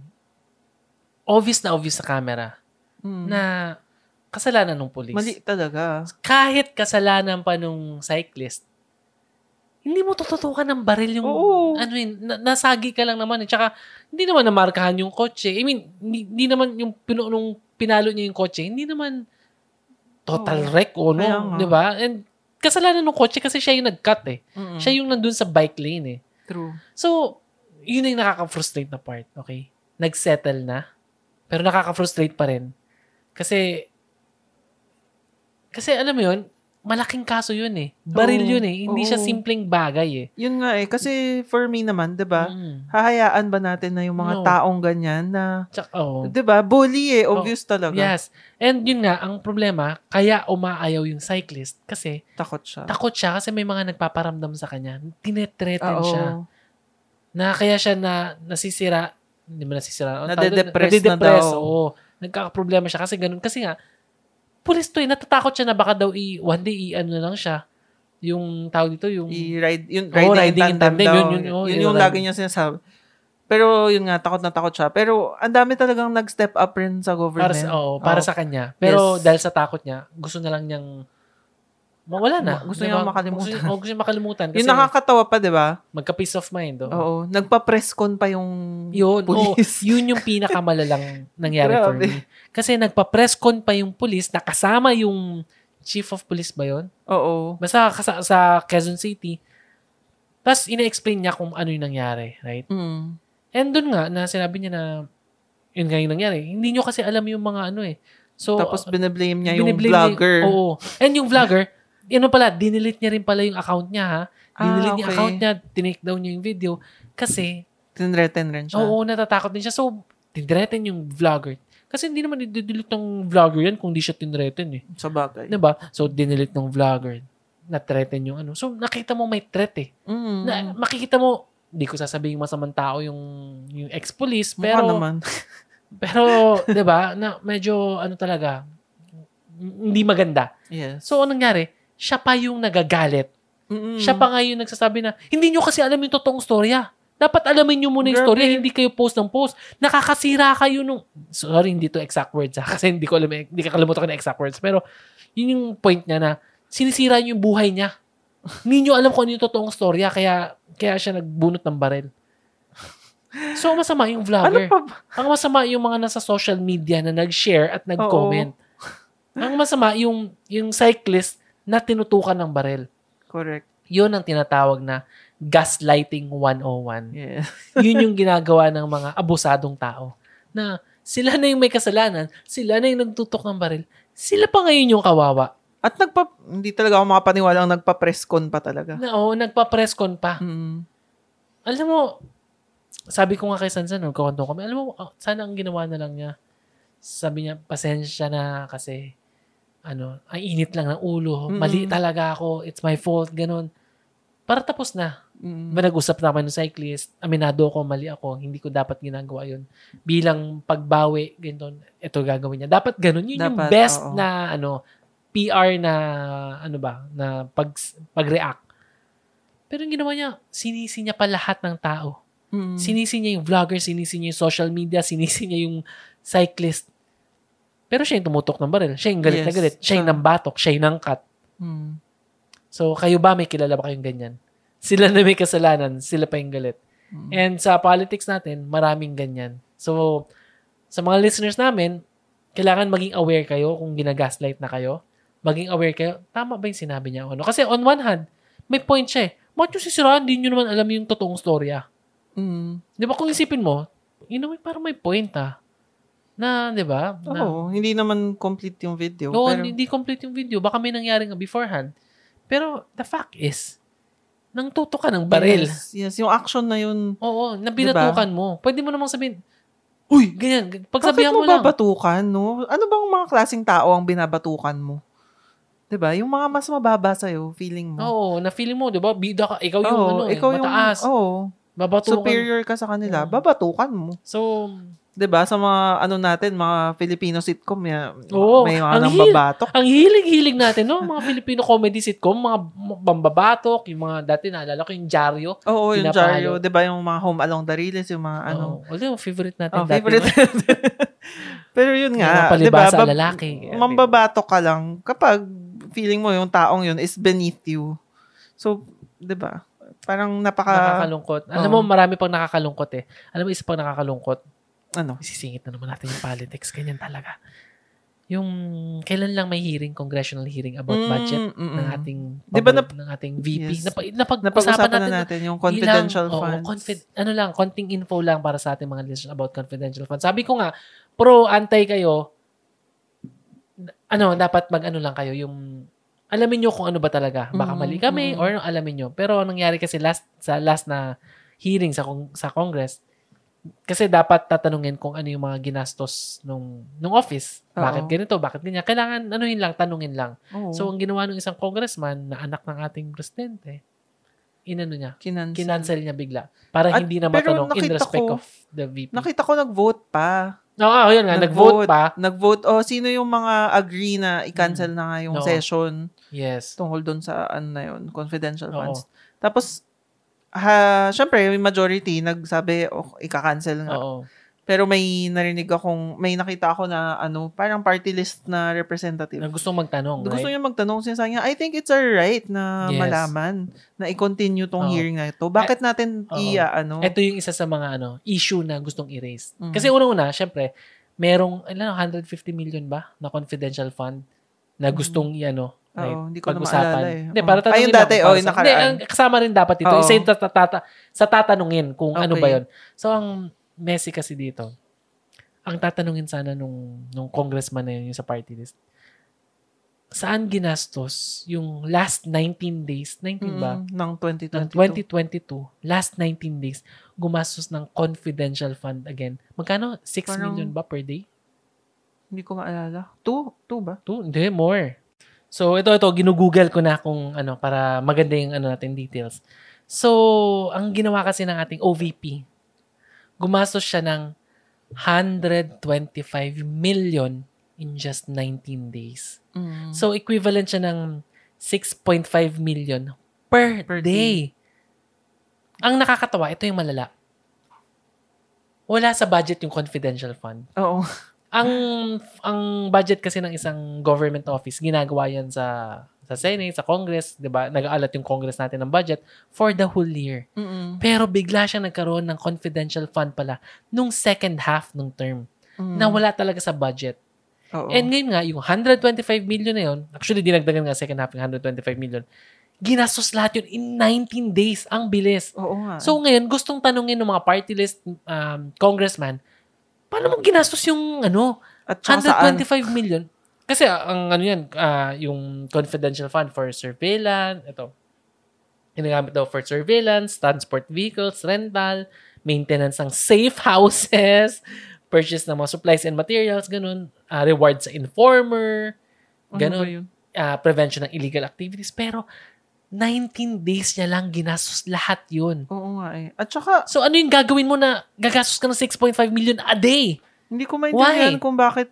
obvious na obvious sa camera Mm. na kasalanan ng police. Mali talaga. Kahit kasalanan pa nung cyclist, hindi mo tututukan ng baril yung, Oo. ano yun, na- nasagi ka lang naman. At saka, hindi naman namarkahan yung kotse. I mean, hindi, hindi naman yung pinu- nung pinalo niya yung kotse, hindi naman total Oo. wreck o no, Kaya nga. di ba? And kasalanan ng kotse kasi siya yung nag-cut eh. Mm-mm. Siya yung nandun sa bike lane eh. True. So, yun yung nakaka-frustrate na part, okay? Nag-settle na, pero nakaka-frustrate pa rin. Kasi, kasi alam mo yun, malaking kaso yun eh. Baril Oo. yun eh. Hindi Oo. siya simpleng bagay eh. Yun nga eh. Kasi for me naman, di ba? Mm. Hahayaan ba natin na yung mga No. taong ganyan na, Tsaka, oo. di ba? Bully eh. Obvious talaga. Yes. And yun nga, ang problema, kaya umaayaw yung cyclist kasi Takot siya. takot siya kasi may mga nagpaparamdam sa kanya. Tinetreten Ah, Oo. siya. na kaya siya na nasisira, hindi mo nasisira, ano, tawag doon? Nade-depress na Nade-depress, daw. Oo. Nagkakaproblema siya kasi ganun. Kasi nga, pulis to eh, natatakot siya na baka daw i, one day i, ano na lang siya, yung tawag dito, yung, I-ride, yun, Oo, riding, riding in in tandem, tandem, daw. yun, yun, oo, Yun yun yung ang- lagi niya sinasabi. Pero yun nga, takot na takot siya. Pero ang dami talagang nag-step up rin para, sa government. sa, oh, oo, para Oo. sa kanya. Pero Oh, Yes. dahil sa takot niya, gusto na lang niyang, mawala na. Ma- gusto Di niyang ba? makalimutan. Gusto, niya- oo, gusto niyang makalimutan. Kasi Yun Oh, nakakatawa pa, di ba? magka peace of mind. Oo. Oo. Nagpa-press con pa yung Yun, oo, police. yun yung pinakamalalang nangyari for Grabe. me. Kasi nagpa-press con pa yung police, nakasama yung chief of police ba yun? Oo. Basta Diba? sa, sa Quezon City. Tapos, ina-explain niya kung ano yung nangyari, right? Mm. And doon nga, na sinabi niya na, yun nga yung nangyari. Hindi nyo kasi alam yung mga ano eh. So, Tapos binablame niya yung biniblame niya- vlogger. oo. And yung vlogger, ano pala, dinelete niya rin pala yung account niya, ha? Ah, Dinelete niya yung account niya, tinake down niya yung video. Kasi, Tinreten rin siya. oo, natatakot din siya. So, tinreten yung vlogger. Kasi hindi naman i-delete ng vlogger yan kung di siya tinreten eh. Sa bagay. 'di ba? So dinilit ng vlogger, na-threaten yung ano. So nakita mo may threat eh. Mm. Na, makikita mo, hindi ko sasabihin masamang tao yung yung ex-police, Mukha pero naman. pero 'di ba? Na medyo ano talaga m- hindi maganda. Yes. So anong nangyari? Siya pa yung nagagalit. Mm-mm. Siya pa nga yung nagsasabi na hindi nyo kasi alam yung totoong storya. Dapat alamin nyo muna yung Grabe. storya, hindi kayo post ng post. Nakakasira kayo nung... Sorry, hindi to exact words ha, kasi hindi ko alam, hindi kakalimutan ko na exact words. Pero yun yung point niya na sinisira niyo yung buhay niya. Hindi nyo alam kung ano yung totoong storya, kaya, kaya siya nagbunot ng baril. So, ang masama yung Ano vlogger. pa ba? Ang masama yung mga nasa social media na nag-share at nag-comment. Ang masama yung, yung cyclist na tinutukan ng baril Correct. yun ang tinatawag na gaslighting 101. Yes. Yun yung ginagawa ng mga abusadong tao. Na sila na yung may kasalanan, sila na yung nagtutok ng baril, sila pa ngayon yung kawawa. At nagpa, hindi talaga ako makapaniwala ang nagpa-press con pa talaga. Na oo, nagpa-presscon pa. Mm. Alam mo, sabi ko nga kay Sansan, nagkakanto kami, alam mo, ah, sana ang ginawa na lang niya. Sabi niya, pasensya na kasi, ano, ang init lang ng ulo, mali Mm. talaga ako, it's my fault, ganun. Para tapos na. Mm. Diba nag-usap na kami ng cyclist, aminado ako, mali ako, hindi ko dapat ginagawa yun. Bilang pagbawi, ganun, ito gagawin niya. Dapat ganun. Yun yung Dapat, best oo. na, ano, PR na, ano ba, na pag, pag-react. Pero yung ginawa niya, sinisi niya pa lahat ng tao. Mm. Sinisi niya yung vlogger, sinisi niya yung social media, sinisi niya yung cyclist. Pero siya yung tumutok ng baril. Siya yung galit na Yes. Ah. galit. Siya yung nambatok. Siya yung nangkat. Mm. So, kayo ba may kilala ba kayong ganyan? Sila na may kasalanan, sila pa yung galit. Mm. And sa politics natin, maraming ganyan. So, sa mga listeners namin, kailangan maging aware kayo kung ginagaslight na kayo. Maging aware kayo, tama ba yung sinabi niya o ano? Kasi on one hand, may point siya eh. Bakit yung sisiraan, di nyo naman alam yung totoong storya. Mm. Di ba kung isipin mo, you know, parang may point ah. Na, di ba? Oo, Na, hindi naman complete yung video. Oo, pero, hindi complete yung video. Baka may nangyari nga beforehand. Pero the fact is, nang tuto ka ng baril. Yes, yes, yung action na yun. Oo, na binatukan mo. Pwede mo namang sabihin, Uy, ganyan. Diba? Bakit Pagsabihan mo mo, lang. babatukan, no? Ano bang mga klaseng tao ang binabatukan mo? 'Di ba Yung mga mas mababa sa'yo, feeling mo. Oo, na feeling mo, di ba? Bida ka. Ikaw yung, ano, eh, mataas. Oo, babatukan. superior ka sa kanila, Oo. babatukan mo. So, 'Di ba Sa mga, ano natin, mga Filipino sitcom, yan, Oo, may mga ang nang hil- babatok. ang hilig-hilig natin, no? Mga Filipino comedy sitcom, mga bambabatok, yung mga dati naalala ko, yung Jaryo. Oo, yung Pinapalo. Jaryo, 'di ba Yung mga Home Along the Riles, yung mga ano. Ano? Although, favorite natin Oh, dati. favorite. Pero yun Yung nga, mga 'di ba? palibasa bab- lalaki. eh, diba? Mambabato ka lang kapag feeling mo yung taong yun is beneath you. So, 'di ba? Parang napaka Nakakalungkot. Oo. Alam mo, marami pang nakakalungkot eh. Alam mo, isa pang nakakalungkot, ano. isisingit na naman natin yung politics. Ganyan talaga. Yung kailan lang may hearing, congressional hearing about budget Mm, mm, ng mm. ating Di ba pamor- ng ating VP. Yes. Napa, napag-usapan Napag-usapan natin, na natin yung confidential ilang, oo, funds. confid- ano lang, konting info lang para sa ating mga listeners about confidential funds. Sabi ko nga, pro, anti kayo, n- ano, dapat mag-ano lang kayo, yung alamin nyo kung ano ba talaga. Baka Mm, mali kami mm. or ano, alamin nyo. Pero anong nangyari kasi last sa last na hearing sa kong- sa Congress, kasi dapat tatanungin kung ano yung mga ginastos nung nung office. Bakit Oo. ganito? Bakit ganyan? Kailangan anuhin lang, tanungin lang. Oo. So, ang ginawa ng isang congressman na anak ng ating presidente, inano niya, Kinans- kinancel niya bigla para Mm. At- hindi na pero matanong in nakita respect ko- of the VP. Oo, Nakita ko nag-vote pa. oo, oh, yun nga, nag-vote Nag-vote. pa. Nag-vote, oh, sino yung mga agree na i-cancel na nga yung Mm. Oo. session Yes. tungkol dun sa, ano na yun, confidential Oo. funds. Tapos, ha, syempre, yung majority nagsabi, oh, ika-cancel nga. Oo. Pero may narinig akong, may nakita ako na, ano, parang party list na representative. Na gustong magtanong, Gusto right? niya magtanong, sinasabi niya, I think it's our right na Yes. malaman na i-continue tong Oo. hearing na ito. Bakit natin oo. Eh, iya, ano? Ito yung isa sa mga ano issue na gustong i-raise. Mhm. Kasi unang-una, syempre, merong ano, 150 million ba na confidential fund na gustong ano, i-ano, na Oo, hindi ko na pag-usapan. maalala eh. Hindi, Oo. para Ay, tatanungin yung dati, lang oh, para yung sa- nakaraan. Hindi, ang kasama rin dapat ito. Oo. Isa yung tatata, sa tatanungin kung ano Okay. ba yon. So, ang messy kasi dito, ang tatanungin sana nung, nung congressman na yun, yung sa party list, saan ginastos yung last 19 days, 19 ba? Mm, ng Diba? ng 2022. 2022, last 19 days, gumastos ng confidential fund again. Magkano? 6 Parang- million ba per day? Hindi ko maalala. Two? Two ba? Two? Hindi, more. So, ito, ito, ginugoogle ko na kung ano, para maganda yung ano natin details. So, ang ginawa kasi ng ating OVP, gumastos siya ng 125 million in just 19 days. Mm. So, equivalent siya ng 6.5 million per, Per day. Ang nakakatawa, ito yung malala. Wala sa budget yung confidential fund. Oo. Ang ang budget kasi ng isang government office, ginagawa yan sa sa Senate, sa Congress, 'di ba? Nag-aalat yung Congress natin ng budget for the whole year. Mm-mm. Pero bigla siya nagkaroon ng confidential fund pala nung second half ng term Mm. na wala talaga sa budget. Oo. And ngayon nga, yung 125 million na yun, actually dinagdagan nga second half yung 125 million, ginastos lahat yun in 19 days. Ang bilis. Oo nga. eh. So ngayon, gustong tanungin ng mga party list um, congressman, paano mo ginastos yung ano, At saka saan? 125 million? Kasi ah, ang ano yan, ah, yung confidential fund for surveillance, ito, ginagamit daw for surveillance, transport vehicles, rental, maintenance ng safe houses, purchase ng mga supplies and materials, ganun, ah, reward sa informer, Ano ganun, ba yun? ah, prevention ng illegal activities. Pero, 19 days niya lang ginastos lahat yun. Oo nga eh. At saka, So, ano yung gagawin mo na gagastos ka ng 6.5 million a day? hindi ko maintindihan Why? kung bakit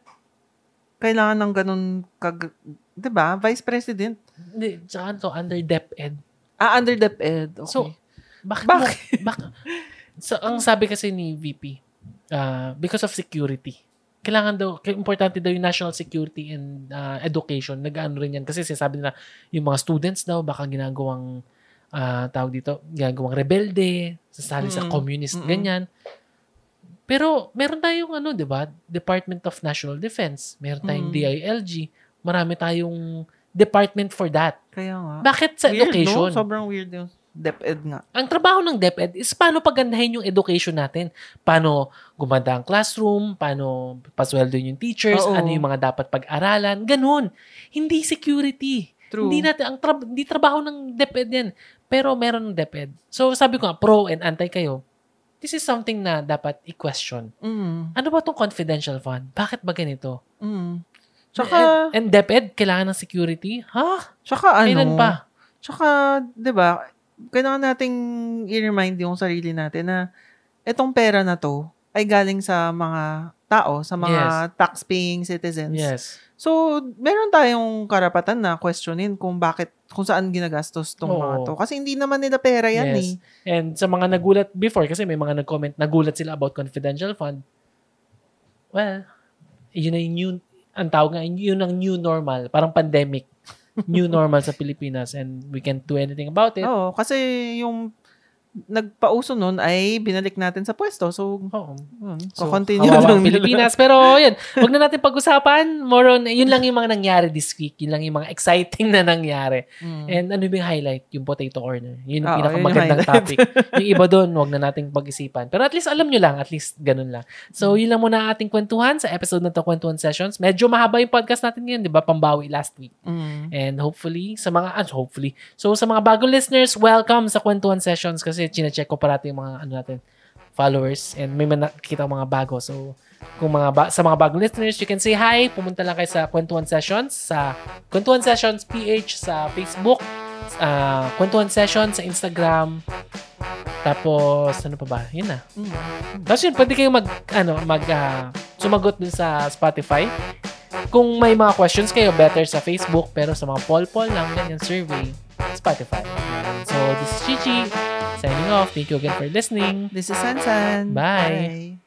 kailangan ng ganun kag... 'di ba Vice President. Hindi, tsaka to, under DepEd. Ah, under DepEd. Okay. So, bakit, Bakit? mo- bak- so, ang sabi kasi ni VP, ah, because of security. Kailangan daw, k- importante daw yung national security and ah, education. Nag-ano rin yan. Kasi sinasabi nila, yung mga students daw, baka ginagawang, ah, tawag dito, ginagawang rebelde, sasali sa Mm. communist, Mm-mm. ganyan. Pero, meron tayong ano, di ba? Department of National Defense. Meron tayong Mm. DILG. Marami tayong department for that. Kaya nga. Bakit sa Weird, education? No? Sobrang weird yung DepEd nga. ang trabaho ng DepEd is paano pagandahin yung education natin. Paano gumanda ang classroom, paano pasweldo yung teachers, Oo. ano yung mga dapat pag-aralan, ganun. Hindi security. True. Hindi natin, ang trab- hindi trabaho ng DepEd yan. Pero meron ng DepEd. So sabi ko nga, pro and anti kayo. This is something na dapat i-question. Mm. Ano ba tong confidential fund? Bakit ba ganito? Mm. Tsaka, and, and DepEd, kailangan ng security? Ha? Eh, tsaka ano? Kailan pa? Tsaka, di ba, kailangan nating i-remind yung sarili natin na itong pera na to ay galing sa mga tao, sa mga tax-paying citizens. Yes. So, meron tayong karapatan na questionin kung bakit, kung saan ginagastos tong Oo. mga to. Kasi hindi naman nila pera yan Yes. eh. And sa mga nagulat before, kasi may mga nag-comment, nagulat sila about confidential fund. Well, yun ay new, ang tawag nga, yun ang new normal. Parang pandemic. New normal sa Pilipinas and we can't do anything about it. eh. Oo, kasi yung nagpauso nun ay binalik natin sa pwesto. So, Oo. yun, So, kukontinue kawawa ang lang nila. Pilipinas. Pero yun, wag na natin pag-usapan. More on, yun lang yung mga nangyari this week. Yun lang yung mga exciting na nangyari. Mm. And ano yung highlight? Yung potato corner. Yun yung Oo, pinakamagandang yun yung highlight. topic. yung iba doon, wag na nating pag-isipan. Pero at least alam nyo lang. At least ganun lang. So yun lang muna ang ating kwentuhan sa episode na to, Kwentuhan Sessions. Medyo mahaba yung podcast natin ngayon, di ba? Pambawi last week. Mm. And hopefully, sa mga, ah, hopefully, so sa mga bagong listeners, welcome sa Kwentuhan Sessions kasi chinecheck ko parati yung mga, ano natin, followers and may man- nakikita akong mga bago. So, kung mga ba- sa mga bagong listeners, you can say hi. Pumunta lang kayo sa Kwentuhan Sessions sa Kwentuhan Sessions PH sa Facebook, ah Kwentuhan Sessions sa Instagram, tapos, ano pa ba? Yun na. Mm. Tapos yun, pwede kayong mag, ano, mag, ah, sumagot dun sa Spotify. Kung may mga questions kayo, better sa Facebook, pero sa mga poll-poll lang, ganyan, survey, Spotify. So, this is Chichi, signing off. Thank you again for listening. This is Sansan. Bye.